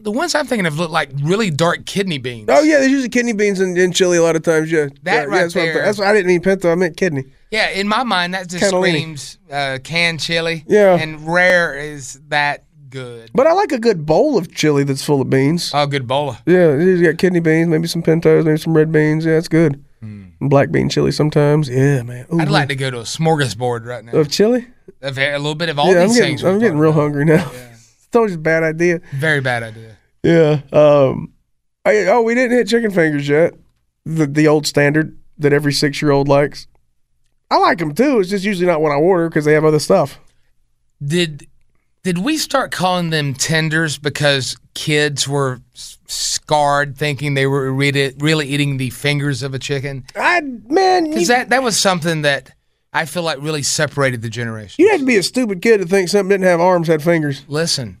B: the ones I'm thinking of look like really dark kidney beans.
C: Oh yeah, there's usually kidney beans in, in chili a lot of times. Yeah,
B: That
C: yeah, yeah,
B: right
C: that's What I'm
B: there.
C: th- that's what I didn't mean pinto. I meant kidney.
B: Yeah, in my mind, that just
C: Cannellini.
B: screams uh, canned chili.
C: Yeah.
B: And rare is that good.
C: But I like a good bowl of chili that's full of beans.
B: Oh, good bowl.
C: Yeah, you got kidney beans, maybe some pintos, maybe some red beans. Yeah, it's good. And Black bean chili sometimes. Yeah, man. Ooh,
B: Hmm. I'd like to go to a smorgasbord right now.
C: of chili.
B: Of A a little bit of all
C: Uh, yeah, I'm
B: these
C: getting,
B: things.
C: I'm
B: we've
C: getting
B: talked
C: real
B: about.
C: hungry now. it's always a bad idea.
B: Very bad idea.
C: Yeah. Um. I, oh, we didn't hit chicken fingers yet. The the old standard that every six year old likes. I like them too. It's just usually not what I order because they have other stuff.
B: Did did we start calling them tenders because kids were s- scarred thinking they were really, really eating the fingers of a chicken?
C: I man, you,
B: Because that, that was something that I feel like really separated the generation.
C: you'd have to be a stupid kid to think something didn't have arms had fingers.
B: Listen,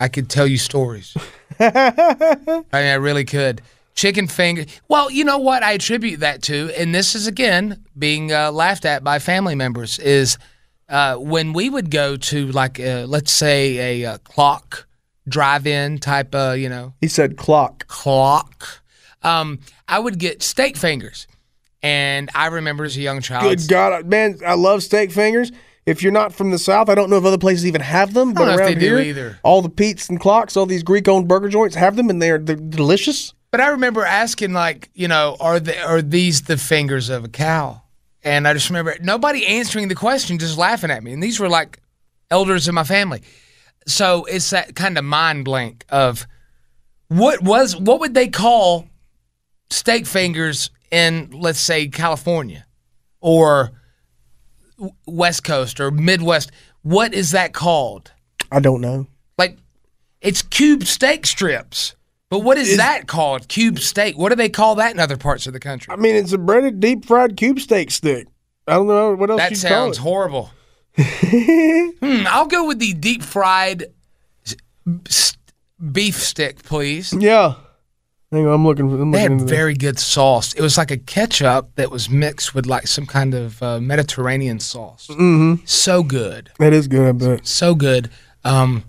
B: I could tell you stories. I mean, I really could. Chicken finger. Well, you know what I attribute that to, and this is again being uh, laughed at by family members, is uh, when we would go to like uh, let's say a uh, clock drive-in type, uh, you know,
C: He said clock.
B: clock. Um, I would get steak fingers, and I remember as a young child.
C: Good God, man! I love steak fingers. If you're not from the South, I don't know if other places even have them. But
B: know if
C: around
B: they do
C: here,
B: either.
C: all the Pete's and Clocks, all these Greek-owned burger joints have them, and they're, they're delicious.
B: But I remember asking, like, you know, are the, are these the fingers of a cow? And I just remember nobody answering the question, just laughing at me. And these were like elders in my family, so it's that kind of mind blank of what was what would they call steak fingers in, let's say, California or w- West Coast or Midwest? What is that called?
C: I don't know.
B: like it's cube steak strips. But what is, that called? Cube steak. What do they call that in other parts of the country?
C: I mean, it's a breaded deep fried cube steak stick. I don't know what else
B: That
C: you'd
B: sounds
C: call
B: horrible. hmm, I'll go with the deep fried s- s- beef stick, please.
C: it. Yeah. Hang on, I'm looking for. I'm
B: They
C: looking
B: had
C: into this.
B: very good sauce. It was like a ketchup that was mixed with like some kind of uh, Mediterranean sauce. Mm-hmm. So good,
C: That is good, I bet.
B: so good. Um,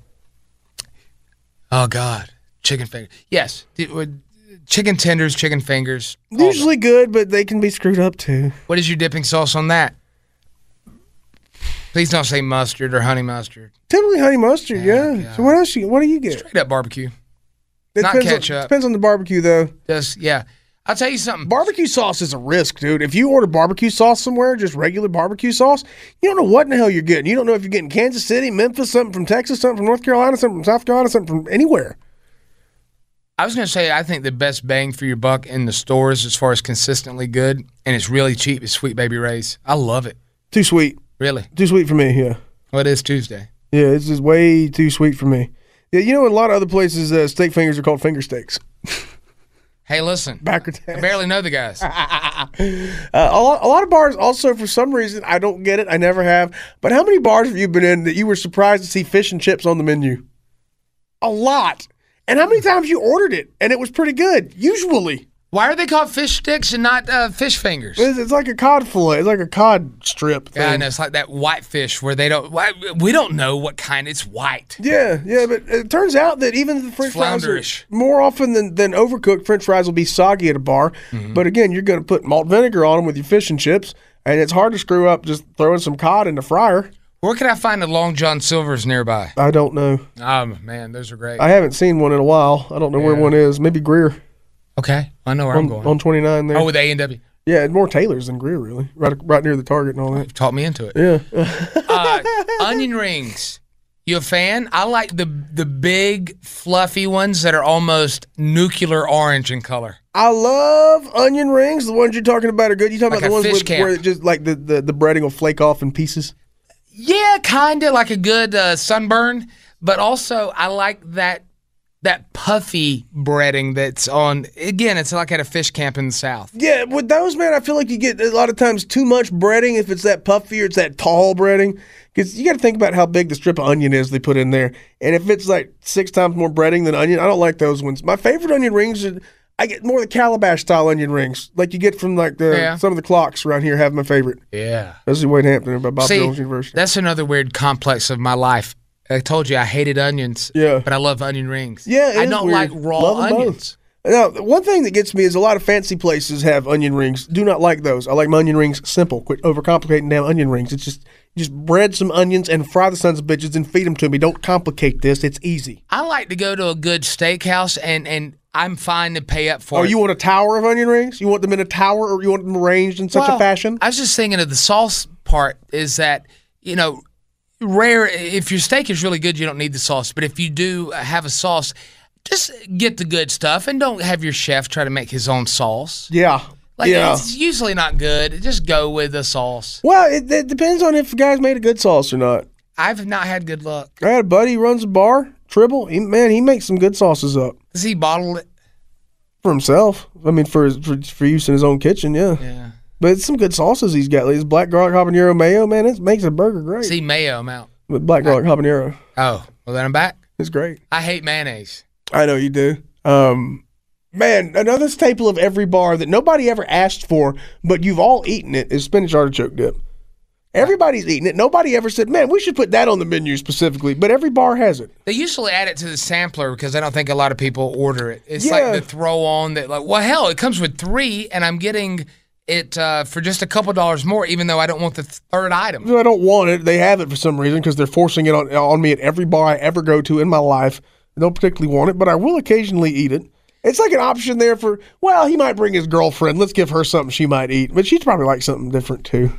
B: oh God, chicken fingers. Yes, it would- chicken tenders, chicken fingers. all that.
C: Usually good, but they can be screwed up too.
B: What is your dipping sauce on that? Please don't say mustard or honey mustard.
C: Typically honey
B: Oh,
C: mustard, yeah. So what else? You, what do you get?
B: Straight up barbecue.
C: It
B: Not
C: depends On,
B: ketchup.
C: depends on the barbecue though.
B: Just yeah. I'll tell you something.
C: Barbecue sauce is a risk, dude. If you order barbecue sauce somewhere, just regular barbecue sauce, you don't know what in the hell you're getting. You don't know if you're getting Kansas City, Memphis, something from Texas, something from North Carolina, something from South Carolina, something from anywhere.
B: I was gonna say I think the best bang for your buck in the stores as far as consistently good and it's really cheap is Sweet Baby Ray's. I love it.
C: Too sweet.
B: Really.
C: Too sweet for me, yeah.
B: Well, it is Tuesday.
C: Yeah, this is way too sweet for me. Yeah, you know, in a lot of other places, uh, steak fingers are called finger steaks.
B: Hey, listen.
C: Back
B: I barely know the guys.
C: Uh, a, lot, a lot of bars also, for some reason, I don't get it. I never have. But how many bars have you been in that you were surprised to see fish and chips on the menu? A lot. And how many times you ordered it and it was pretty good, usually.
B: Why are they called fish sticks and not uh, fish fingers?
C: It's, it's like a cod fillet. It's like a cod strip thing.
B: Yeah, I know. It's like that white fish where they don't. why- We don't know what kind. It's white.
C: Yeah, yeah, but it turns out that even the French fries are,
B: flounderish.
C: more often than, than overcooked, French fries will be soggy at a bar.
B: Mm-hmm.
C: But again, you're going to put malt vinegar on them with your fish and chips, and it's hard to screw up just throwing some cod in the fryer.
B: Where can I find a Long John Silver's nearby?
C: I don't know.
B: Um, man, those are great.
C: I haven't seen one in a while. I don't know where one is. Maybe Greer.
B: Okay, I know where
C: on,
B: I'm going.
C: On 29 there.
B: Oh, with A and W.
C: yeah, and more Taylor's than Greer, really. Right, right near the Target and all that.
B: Taught me into it.
C: Yeah.
B: Uh, onion rings. You a fan? I like the the big fluffy ones that are almost nuclear orange in color.
C: I love onion rings. The ones you're talking about are good. You
B: Like
C: talking about
B: a
C: the ones
B: fish
C: with,
B: camp.
C: where it just like the, the, the breading will flake off in pieces?
B: Yeah, kind of like a good uh, sunburn, but also I like that that puffy breading that's on. Again, it's like at a fish camp in the south.
C: Yeah, with those, man, I feel like you get a lot of times too much breading if it's that puffy or it's that tall breading. Because you got to think about how big the strip of onion is they put in there. And if it's like six times more breading than onion, I don't like those ones. My favorite onion rings are, I get more the Calabash style onion rings, like you get from like the
B: Yeah.
C: some of the clocks around here have my favorite.
B: Yeah.
C: Those are Wade Hampton by Bob
B: See,
C: Jones University.
B: that's another weird complex of my life. I told you I hated onions.
C: Yeah.
B: But I love onion rings.
C: Yeah, it
B: I
C: is
B: don't like
C: weird.
B: raw
C: Love 'em both.
B: onions.
C: Now, the one thing that gets me is a lot of fancy places have onion rings. Do not like those. I like my onion rings simple. Quit overcomplicating damn onion rings. It's just just bread some onions and fry the sons of bitches and feed them to me. Don't complicate this. It's easy.
B: I like to go to a good steakhouse and and I'm fine to pay up for
C: Oh,
B: it.
C: you want a tower of onion rings? You want them in a tower, or you want them arranged in such a
B: Well,
C: fashion?
B: I was just thinking of the sauce part is that, you know, rare if your steak is really good, you don't need the sauce. But if you do have a sauce, just get the good stuff and don't have your chef try to make his own sauce.
C: Yeah,
B: Like
C: yeah.
B: it's usually not good. Just go with the sauce.
C: Well, it, it depends on if the guy's made a good sauce or not.
B: I've not had good luck.
C: I had a buddy who runs a bar, Tribble. He, man, he makes some good sauces up
B: Does he bottle it?
C: for himself. I mean, for his, for, for use in his own kitchen. Yeah.
B: Yeah.
C: But it's some good sauces he's got. Like this black garlic habanero mayo, man, it makes a burger great.
B: See mayo, I'm out.
C: With black garlic habanero,
B: Oh, well then I'm back.
C: it's great.
B: I hate mayonnaise.
C: I know you do. Um, man, another staple of every bar that nobody ever asked for, but you've all eaten it, is spinach artichoke dip. Everybody's eating it. Nobody ever said, man, we should put that on the menu specifically, but every bar has it.
B: They usually add it to the sampler because I don't think a lot of people order it. It's
C: Yeah.
B: like the throw on that, like, well, hell, it comes with three, and I'm getting it uh, for just a couple dollars more, even though I don't want the third item.
C: I don't want it. They have it for some reason because they're forcing it on, on me at every bar I ever go to in my life. I don't particularly want it, but I will occasionally eat it. It's like an option there for, well, he might bring his girlfriend. Let's give her something she might eat, but she'd probably like something different too.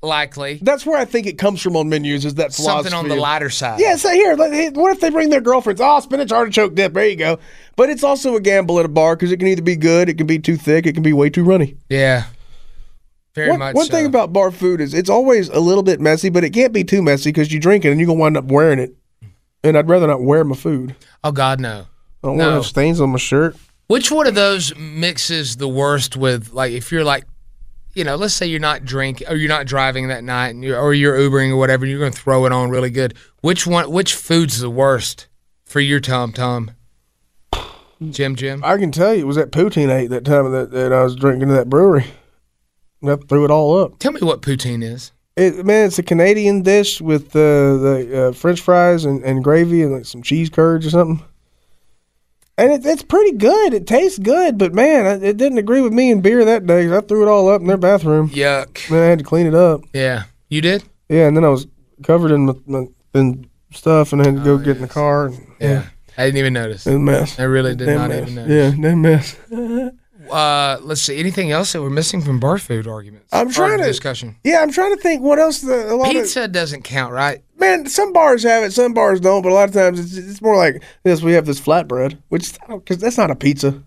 B: Likely
C: That's where I think it comes from on menus is that philosophy.
B: something on the
C: of-
B: lighter side.
C: Yeah, so here, let- hey, what if they bring their girlfriends? Oh, spinach artichoke dip. There you go. But it's also a gamble at a bar because it can either be good, it can be too thick, it can be way too runny.
B: yeah, very
C: One,
B: much.
C: one thing
B: so.
C: about bar food is it's always a little bit messy, but it can't be too messy because you drink it and you're gonna wind up wearing it. And I'd rather not wear my food.
B: oh God, no.
C: I don't want to
B: No.
C: have stains on my shirt.
B: Which one of those mixes the worst with like if you're like, you know, let's say you're not drink or you're not driving that night, and you're, or you're Ubering or whatever, you're going to throw it on really good. Which one? Which food's the worst for your Tom Tom? Jim Jim.
C: I can tell you, it was that poutine I ate that time that, that I was drinking at that brewery. And I threw it all up.
B: Tell me what poutine is.
C: It, man, it's a Canadian dish with uh, the uh, French fries and, and gravy and like some cheese curds or something. And it, it's pretty good. It tastes good, but man, I- it didn't agree with me and beer that day. 'cause I threw it all up in their bathroom.
B: Yuck.
C: Then I had to clean it up.
B: Yeah, you did.
C: Yeah, and then I was covered in my, my in stuff, and I had to go get in the car. And,
B: Oh, Yeah, I didn't even notice.
C: it was a mess.
B: I really did
C: Damn
B: not
C: mess.
B: even notice.
C: Yeah, damn mess.
B: Uh, let's see. Anything else that we're missing from bar food arguments?
C: I'm
B: or
C: trying to-
B: discussion.
C: Yeah, I'm trying to think what else. The, a lot of,
B: Pizza doesn't count, right?
C: man, some bars have it, some bars don't. But a lot of times, it's, it's more like this. We have this flatbread, which because that's not a pizza.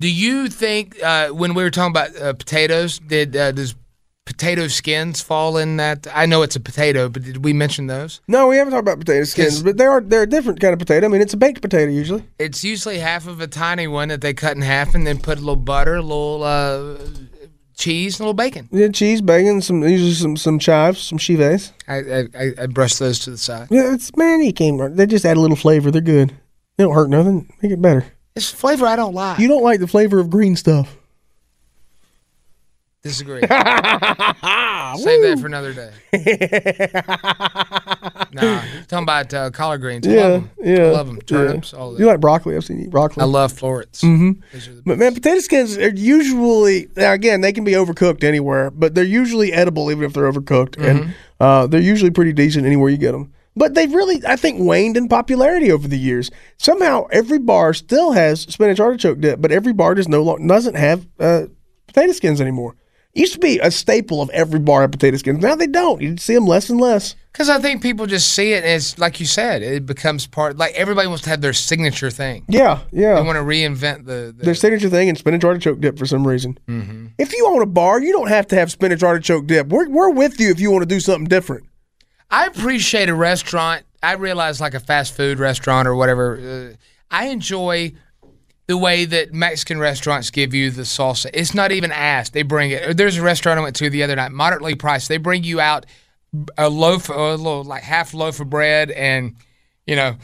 B: Do you think uh, when we were talking about uh, potatoes, did uh, does potato skins fall in that? I know it's a potato, but did we mention those?
C: No, we haven't talked about potato skins, but they are they're a different kind of potato. I mean, it's a baked potato usually.
B: It's usually half of a tiny one that they cut in half and then put a little butter, a little uh, cheese, and a little bacon.
C: Yeah, cheese, bacon, some usually some some chives, some chives.
B: I I, I- I brush those to the side.
C: Yeah, it's man, you came. They just add a little flavor. They're good. They don't hurt nothing. Make it better.
B: It's flavor I don't like.
C: You don't like the flavor of green stuff.
B: Disagree. Save that for another day. nah, you're talking about uh, collard greens. I
C: yeah,
B: love 'em.
C: yeah.
B: I love them.
C: yeah.
B: Turnips, all that.
C: You like broccoli? I've seen you eat broccoli.
B: I love florets.
C: Mm-hmm. But man, potato skins are usually now again they can be overcooked anywhere, but they're usually edible even if they're overcooked, and uh, they're usually pretty decent anywhere you get them. But they've really, I think, waned in popularity over the years. Somehow, every bar still has spinach artichoke dip, but every bar does no lo- doesn't have uh, potato skins anymore. Used to be a staple of every bar had potato skins. Now they don't. You see them less and less.
B: Because I think people just see it as, like you said, it becomes part. Like everybody wants to have their signature thing.
C: Yeah, yeah.
B: They want to reinvent the. the
C: Their signature thing and spinach artichoke dip for some reason.
B: Mm-hmm.
C: If you own a bar, you don't have to have spinach artichoke dip. We're, we're with you if you want to do something different.
B: I appreciate a restaurant. I realize, like a fast food restaurant or whatever. Uh, I enjoy the way that Mexican restaurants give you the salsa. It's not even asked; they bring it. There's a restaurant I went to the other night, moderately priced. They bring you out a loaf, a little like half loaf of bread, and you know,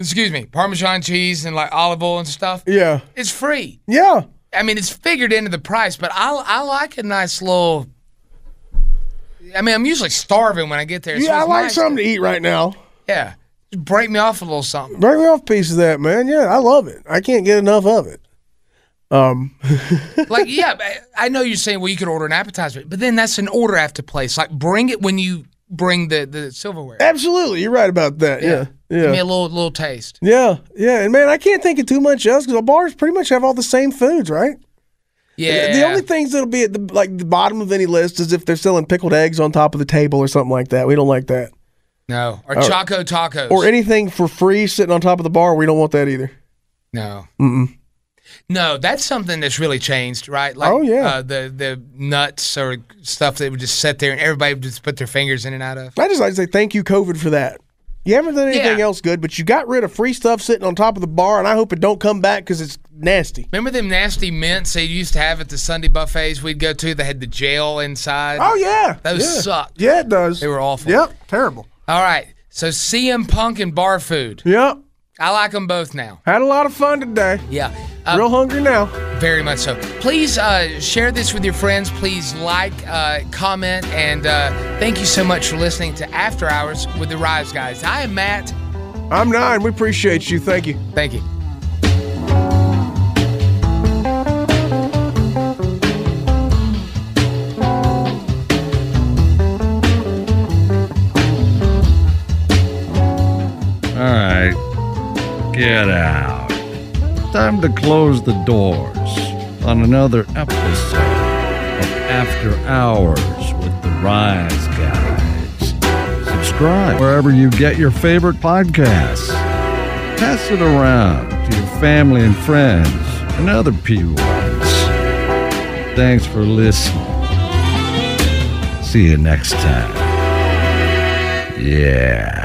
B: excuse me, Parmesan cheese and like olive oil and stuff.
C: Yeah.
B: It's free.
C: Yeah.
B: I mean, it's figured into the price, but I I like a nice little. I mean, I'm usually starving when I get there. so
C: yeah, I
B: it's
C: like
B: nice
C: something to eat right now.
B: yeah. Just break me off a little something.
C: Bring me off a piece of that, man. Yeah, I love it. I can't get enough of it. Um,
B: Like, yeah, but I know you're saying, well, you could order an appetizer, but then that's an order I have to place. Like, bring it when you bring the, the silverware.
C: absolutely, you're right about that. Yeah,
B: Give
C: yeah,
B: me
C: yeah,
B: a little little taste.
C: yeah. And man, I can't think of too much else because bars pretty much have all the same foods, right?
B: Yeah.
C: The only things that'll be at the like the bottom of any list is if they're selling pickled eggs on top of the table or something like that. We don't like that.
B: No. Or
C: All right.
B: Choco Tacos.
C: Oh. Or anything for free sitting on top of the bar. We don't want that either.
B: No.
C: Mm-mm.
B: No, that's something that's really changed, right? Like,
C: Oh, yeah.
B: Uh, the, the nuts or stuff that would just sit there and everybody would just put their fingers in and out of.
C: I just like to say thank you, COVID, for that. You haven't done anything
B: Yeah.
C: else good, but you got rid of free stuff sitting on top of the bar, and I hope it don't come back because it's nasty.
B: Remember them nasty mints they used to have at the Sunday buffets we'd go to? They had the jail inside.
C: Oh yeah,
B: Those
C: yeah.
B: sucked.
C: Yeah, it does.
B: They were awful.
C: Yep, terrible.
B: All right. So CM Punk and bar food.
C: Yep,
B: I like them both now.
C: had a lot of fun today.
B: Yeah. Uh,
C: Real hungry now.
B: Very much so. Please uh, share this with your friends. Please like, uh, comment, and uh, thank you so much for listening to After Hours with the Rise Guys. I am Matt.
C: I'm nine. We appreciate you. Thank you.
B: Thank you.
A: All right, get out. Time to close the doors on another episode of After Hours with the Rise Guys. Subscribe wherever you get your favorite podcasts. Pass it around to your family and friends and other P1s. Thanks for listening. See you next time. Yeah.